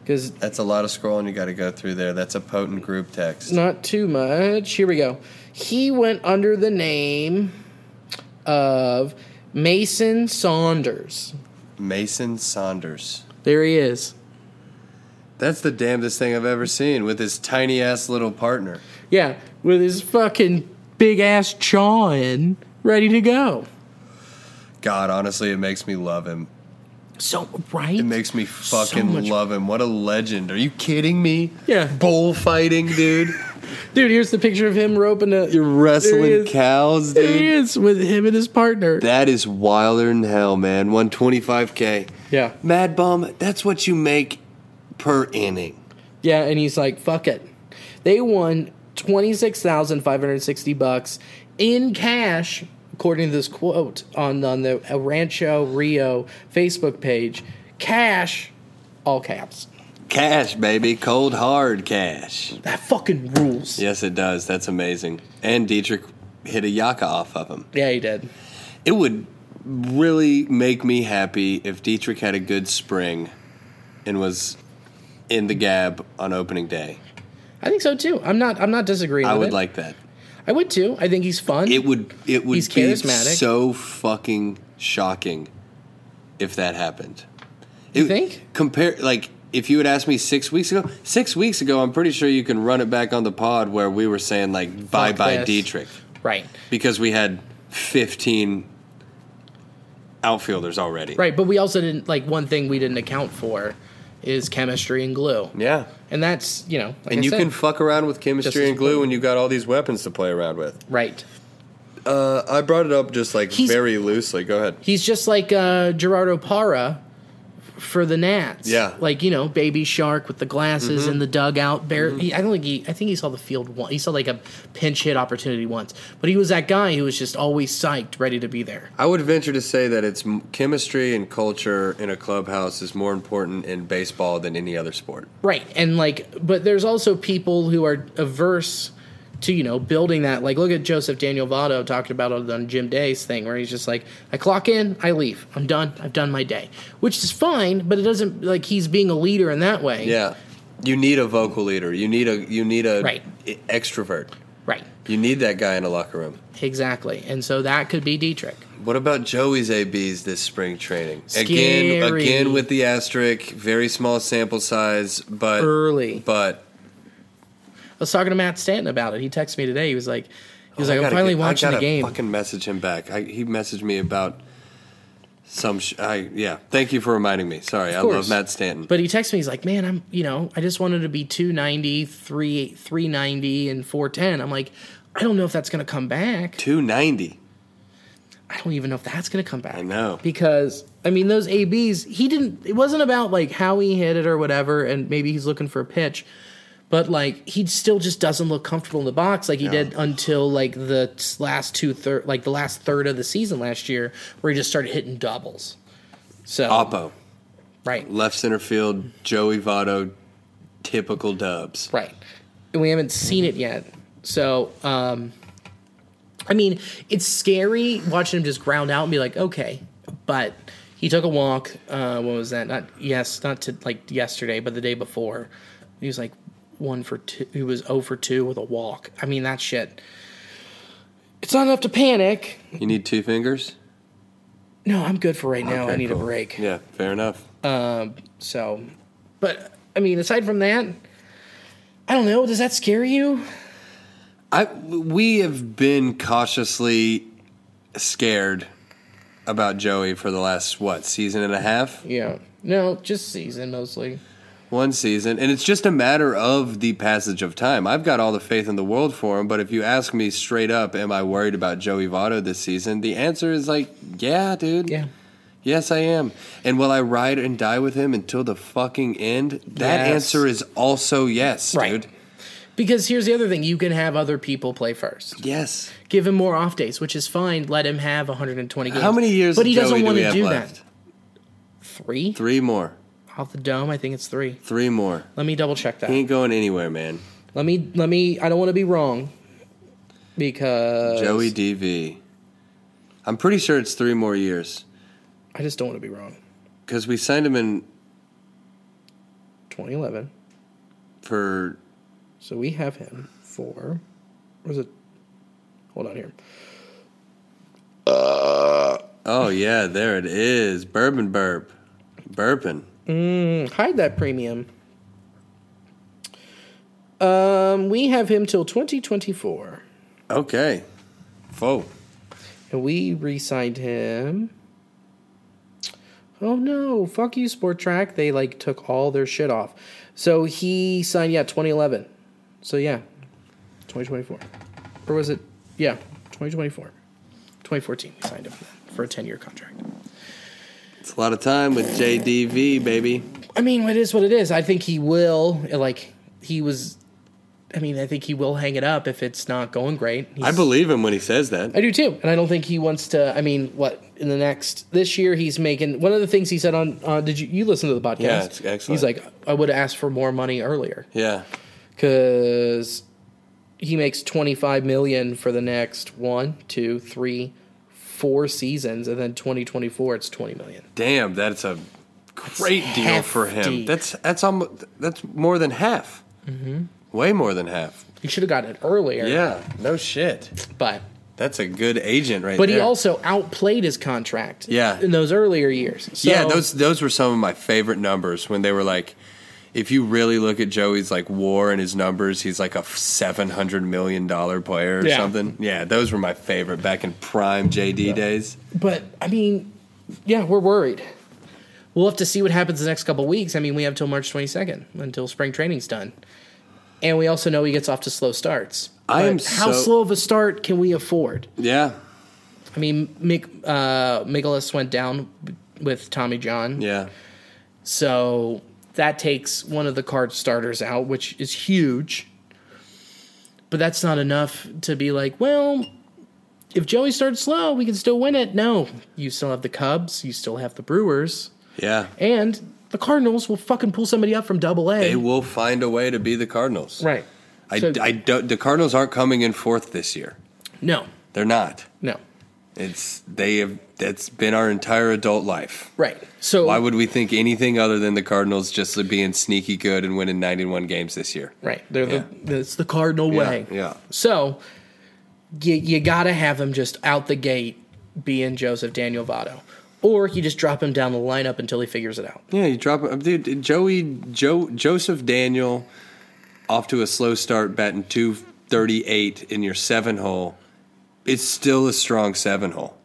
A: because
B: That's a lot of scrolling you got to go through there. That's a potent group text.
A: not too much. Here we go. He went under the name of Mason Saunders.
B: Mason Saunders.
A: There he is.
B: That's the damnedest thing I've ever seen with his tiny ass little partner.
A: Yeah, with his fucking big ass jaw in, ready to go.
B: God, honestly, it makes me love him.
A: So right?
B: It makes me fucking
A: much-
B: love him. What a legend. Are you kidding me?
A: Yeah.
B: Bullfighting, dude.
A: Dude, here's the picture of him roping a
B: You're wrestling
A: is.
B: cows,
A: There he
B: dude.
A: is with him and his partner.
B: That is wilder than hell, man. 125K.
A: yeah.
B: Mad Bum, that's what you make per inning.
A: Yeah, and he's like, "Fuck it." They won twenty six thousand five hundred sixty bucks in cash according to this quote on, on the uh, Rancho Rio Facebook page, cash, all caps.
B: Cash, baby. Cold hard cash.
A: That fucking rules.
B: Yes, it does. That's amazing. And Dietrich hit a yaka off of him.
A: Yeah, he did.
B: It would really make me happy if Dietrich had a good spring and was in the gab on opening day.
A: I think so too. I'm not. I'm not disagreeing.
B: I
A: with
B: would
A: it.
B: like that.
A: I would too. I think he's fun.
B: It would it would
A: He's
B: be
A: charismatic.
B: so fucking shocking if that happened.
A: You think?
B: Compare like if you had asked me six weeks ago, six weeks ago, I'm pretty sure you can run it back on the pod where we were saying like bye bye
A: this.
B: Dietrich
A: right.
B: because we had 15 outfielders already.
A: Right. But we also didn't like one thing we didn't account for is chemistry and glue.
B: Yeah.
A: And that's you know. Like
B: and
A: I
B: you
A: said,
B: can fuck around with
A: as
B: chemistry and glue when you got all these weapons to play around with.
A: right.
B: Uh, I brought it up just like
A: He's-
B: very loosely. Go ahead.
A: He's just like uh, Gerardo Parra for the Nats.
B: Yeah. Mm-hmm.
A: Like you know, baby shark with the glasses in the dugout. Bare. He, I don't think he. I think he saw the field one. He saw like a pinch hit opportunity once. But he was that guy who was just always psyched, ready to be there.
B: I would venture to say that it's m- chemistry and culture in a clubhouse is more important in baseball than any other sport.
A: Right. And like but there's also people who are averse to, you know, building that. Like look at Joseph Daniel Votto talking about it on Jim Day's thing where he's just like, I clock in, I leave. I'm done. I've done my day. Which is fine, but it doesn't like he's being a leader in that way.
B: Yeah, you need a vocal leader. You need a you need a
A: Right.
B: e- extrovert.
A: Right.
B: You need that guy in a locker room.
A: Exactly. And so that could be Dietrich.
B: What about Joey's ABs this spring training? Again,
A: Scary.
B: again with the asterisk, very small sample size, but
A: Early.
B: But
A: I was talking to Matt Stanton about it. He texted me today. He was like he was
B: Oh,
A: like,
B: I
A: I'm
B: gotta
A: finally
B: get-
A: watching
B: I
A: the
B: gotta
A: game.
B: Fucking message him back. I, he messaged me about some. Sh- I yeah. Thank you for reminding me. Sorry, I love
A: course.
B: Matt Stanton.
A: But he texts me, he's like, man, I'm, you know, I just wanted to be 290, 3, 390, and 410. I'm like, I don't know if that's going to come back.
B: Two ninety.
A: I don't even know if that's going to come back.
B: I know.
A: Because, I mean, those ABs, he didn't, it wasn't about like how he hit it or whatever, and maybe he's looking for a pitch. But like he still just doesn't look comfortable in the box like he did until like the t- last two third like the last third of the season last year where he just started hitting doubles. So
B: Oppo,
A: right,
B: left center field. Joey Votto, typical Dubs.
A: Right. And we haven't seen it yet. So, um, I mean, it's scary watching him just ground out and be like, okay. But he took a walk. Uh, what was that? Not yes, not to like yesterday, but the day before. He was like one for two. He was zero for two with a walk. I mean, that shit. It's not enough to panic.
B: You need two fingers.
A: No, I'm good for right now. Oh, I
B: Okay,
A: need
B: cool.
A: a break.
B: Yeah, fair enough.
A: So, but I mean, aside from that, I don't know. Does that scare you?
B: I we have been cautiously scared about Joey for the last what season and a half.
A: Yeah. No, just season mostly.
B: one season, and it's just a matter of the passage of time. I've got all the faith in the world for him, but if you ask me straight up, am I worried about Joey Votto this season? The answer is like, yeah, dude.
A: Yeah.
B: Yes, I am. And will I ride and die with him until the fucking end? That
A: Yes.
B: answer is also yes,
A: Right.
B: dude.
A: Because here's the other thing you can have other people play first.
B: Yes.
A: Give him more off days, which is fine. Let him have 120 games.
B: How many years?
A: But he
B: of Joey
A: doesn't
B: do
A: want
B: we
A: to
B: have
A: do
B: left?
A: that. Three?
B: Three more.
A: Off the dome, I think it's three.
B: Three more.
A: Let me double check that.
B: He ain't going anywhere, man.
A: Let me, let me, I don't want to be wrong. Because
B: Joey DV. I'm pretty sure it's three more years
A: I just don't want to be wrong.
B: because we signed him in
A: 2011.
B: for
A: So we have him for. Where's it? Hold on here.
B: Oh yeah, there it is. Bourbon burp. Burpin.
A: Hmm, Hide that premium. Um, we have him till 2024.
B: Okay. Whoa.
A: And we re signed him. Oh no, fuck you, Sport Track. They like took all their shit off. So he signed, yeah, 2011. So yeah, 2024. Or was it, yeah, 2024. 2014, we signed him for a 10 year contract.
B: It's a lot of time with JDV, baby.
A: I mean, it is what it is. I think he will, like, he was I mean, I think he will hang it up if it's not going great.
B: I
A: He's-
B: believe him when he says that.
A: I do too, and I don't think he wants to. I mean, what in the next this year he's making one of the things he said on. Uh, did you you listen to the podcast?
B: Yeah, it's excellent.
A: He's like, I would have asked for more money earlier
B: Yeah.
A: because he makes twenty five million for the next one, two, three, four seasons, and then twenty twenty four it's twenty million.
B: Damn, that's a great
A: It's
B: deal for
A: hefty.
B: him. That's that's almost that's more than half. Mm-hmm. Way more than half.
A: He should have gotten it earlier.
B: Yeah. No shit.
A: but
B: That's a good agent right
A: but
B: there.
A: he also outplayed his contract.
B: Yeah.
A: in those earlier years. So,
B: yeah, those those were some of my favorite numbers when they were like, if you really look at Joey's like WAR and his numbers, he's like a seven hundred million dollar player or
A: Yeah.
B: something. Yeah, those were my favorite back in prime JD days.
A: But I mean, yeah, we're worried. We'll have to see what happens the next couple weeks. I mean, we have till March 22nd until spring training's done, and we also know he gets off to slow starts.
B: I am
A: But how
B: so-
A: slow of a start can we afford?
B: Yeah,
A: I mean, Mick, uh, Mikolas went down with Tommy John,
B: yeah,
A: so that takes one of the card starters out, which is huge. But that's not enough to be like, well, if Joey starts slow, we can still win it. No, you still have the Cubs, you still have the Brewers,
B: yeah.
A: and the Cardinals will fucking pull somebody up from Double A.
B: They will find a way to be the Cardinals.
A: Right?
B: I,
A: So-
B: I don't, the Cardinals aren't coming in fourth this year.
A: No,
B: They're not.
A: no,
B: It's they have. That's been our entire adult life.
A: right. So
B: Why would we think anything other than the Cardinals just being sneaky good and winning 91 games this year?
A: Right. They're
B: Yeah.
A: the it's the cardinal
B: Yeah,
A: way.
B: yeah.
A: So you you gotta have him just out the gate being Joseph Daniel Votto. Or you just drop him down the lineup until he figures it out.
B: Yeah, you drop uh, dude Joey Joe Joseph Daniel off to a slow start batting 238 in your 7 hole. It's still a strong 7 hole.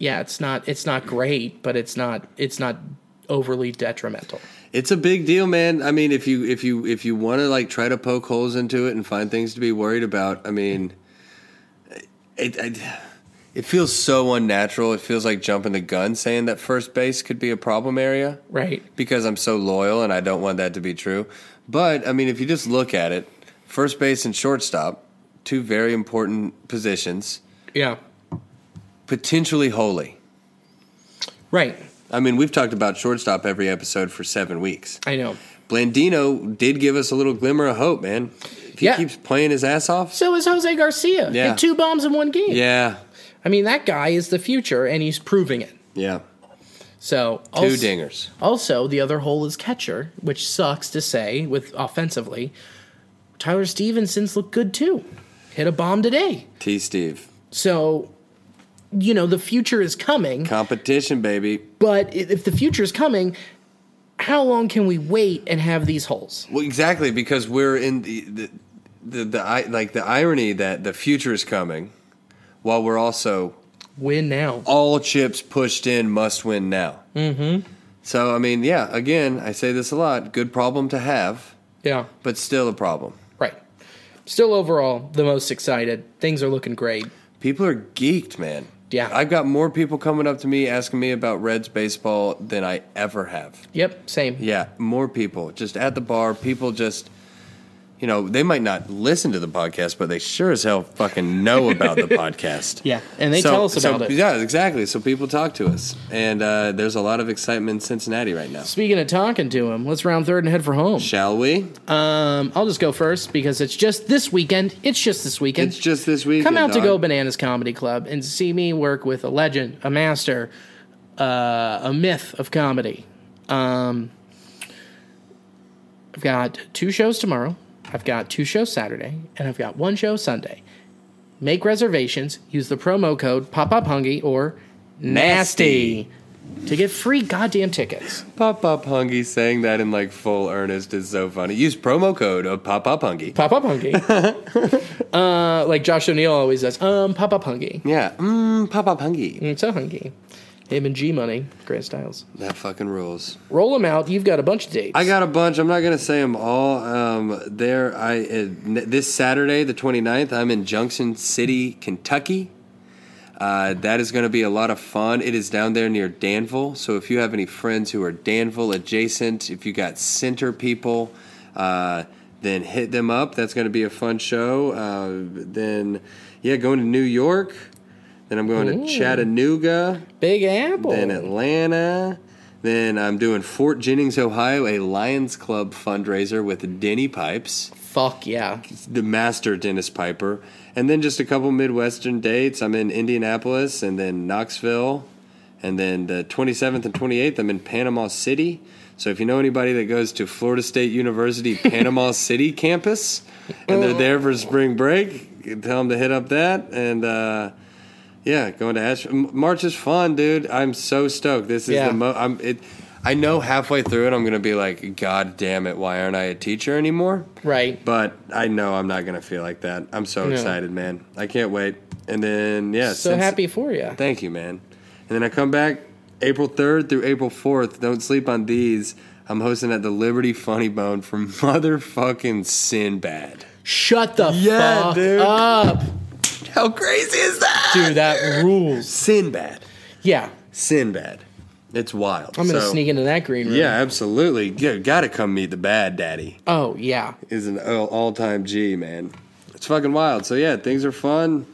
A: Yeah, it's not it's not great, but it's not it's not overly detrimental.
B: It's a big deal, man. I mean, if you if you if you want to like try to poke holes into it and find things to be worried about, I mean, it it, it feels so unnatural. It feels like jumping the gun saying that first base could be a problem area.
A: Right.
B: because I'm so loyal and I don't want that to be true. But I mean, if you just look at it, first base and shortstop, two very important positions,
A: Yeah.
B: potentially holy.
A: Right.
B: I mean, we've talked about shortstop every episode for seven weeks.
A: I know.
B: Blandino did give us a little glimmer of hope, man. If he
A: Yeah.
B: keeps playing his ass off,
A: So is Jose Garcia.
B: Yeah.
A: Hit two bombs in one game.
B: yeah,
A: I mean that guy is the future and he's proving it.
B: yeah,
A: So
B: two
A: also-
B: dingers.
A: Also, the other hole is catcher, which sucks to say with offensively. Tyler Stevenson's looked good too. Hit a bomb today.
B: T. Steve,
A: So, you know, the future is coming,
B: competition, baby.
A: but i- if the future is coming, how long can we wait and have these holes?
B: Well, exactly because we're in the the the, the I, like the irony that the future is coming, while we're also
A: Win now.
B: all chips pushed in must win now. Mm-hmm. So I mean, yeah. Again, I say this a lot. Good problem to have,
A: Yeah.
B: but still a problem.
A: Right. Still overall the most excited. Things are looking great.
B: People are geeked, man.
A: Yeah.
B: I've got more people coming up to me asking me about Reds baseball than I ever have.
A: Yep, same.
B: Yeah, more people just at the bar. People just, you know, they might not listen to the podcast, but they sure as hell fucking know about the podcast.
A: Yeah, and they
B: So-
A: tell us
B: so-
A: about it.
B: Yeah, exactly. So people talk to us, and uh, there's a lot of excitement in Cincinnati right now.
A: Speaking of talking to him, let's round third and head for home.
B: Shall we?
A: Um, I'll just go first because it's just this weekend. It's just this weekend.
B: It's just this weekend.
A: Come out to
B: dog.
A: Go Bananas Comedy Club and see me work with a legend, a master, uh, a myth of comedy. Um, I've got two shows tomorrow. I've got two shows Saturday, and I've got one show Sunday. Make reservations. Use the promo code Pop Up Hungy or Nasty to get free goddamn tickets.
B: Pop Up Hungy saying that in like full earnest is so funny. Use promo code of Pop Up Hungy.
A: Pop Up Hungy, uh, like Josh O'Neill always does. Um, Pop Up Hungy.
B: Yeah, mm, Pop Up Hungy.
A: It's so hunky. Him and G Money, Grant Styles.
B: That fucking rules.
A: Roll them out. You've got a bunch of dates.
B: I got a bunch. I'm not going to say them all. Um, there, I uh, n- this Saturday, the 29th, I'm in Junction City, Kentucky. Uh, that is going to be a lot of fun. It is down there near Danville. So if you have any friends who are Danville adjacent, if you got center people, uh, then hit them up. That's going to be a fun show. Uh, then, yeah, going to New York. Then I'm going to Chattanooga.
A: Big Apple.
B: Then Atlanta. Then I'm doing Fort Jennings, Ohio, a Lions Club fundraiser with Denny Pipes,
A: Fuck yeah.
B: the master Dennis Piper. And then just a couple Midwestern dates. I'm in Indianapolis and then Knoxville. And then the 27th and 28th, I'm in Panama City. So if you know anybody that goes to Florida State University Panama City campus and they're there for spring break, tell them to hit up that. And, uh, yeah, going to Ash. M- March is fun, dude. I'm so stoked. This is
A: Yeah.
B: the mo. I'm it. I know halfway through it, I'm gonna be like, God damn it! Why aren't I a teacher anymore?
A: Right.
B: But I know I'm not gonna feel like that. I'm so
A: No.
B: excited, man. I can't wait. And then yeah,
A: so
B: since-
A: happy for you.
B: Thank you, man. And then I come back April 3rd through April 4th. Don't sleep on these. I'm hosting at the Liberty Funny Bone for motherfucking Sinbad.
A: Shut the
B: Yeah,
A: fuck
B: dude.
A: up.
B: How crazy is that?
A: Dude, that rules.
B: Sinbad.
A: Yeah.
B: Sinbad. It's wild.
A: I'm going to
B: So-
A: sneak into that green room.
B: Yeah, absolutely. You gotta come meet the bad daddy.
A: Oh, yeah.
B: Is an all time G, man. It's fucking wild. So yeah, things are fun.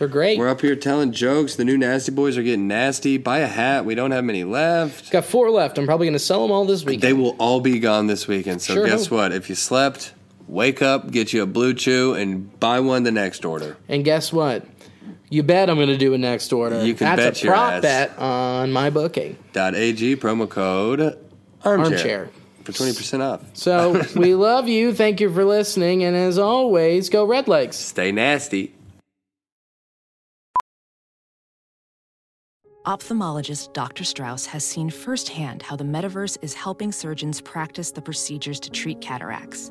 A: They're great.
B: We're up here telling jokes. The new Nasty Boys are getting nasty. Buy a hat. We don't have many left.
A: Got four left. I'm probably going to sell them all this weekend.
B: They will all be gone this weekend. So
A: Sure
B: guess
A: hope.
B: what? If you slept, wake up, get you a blue chew, and buy one the next order.
A: And guess what? You bet I'm going to do a next order.
B: You can
A: That's
B: bet
A: a
B: your
A: prop
B: ass.
A: bet on my booking.
B: Dot AG promo code armchair,
A: Armchair.
B: for twenty percent off.
A: So we love you. Thank you for listening. And as always, go Red Legs.
B: Stay nasty.
C: Ophthalmologist Dr. Strauss has seen firsthand how the metaverse is helping surgeons practice the procedures to treat cataracts.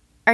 D: Are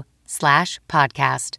D: E slash podcast.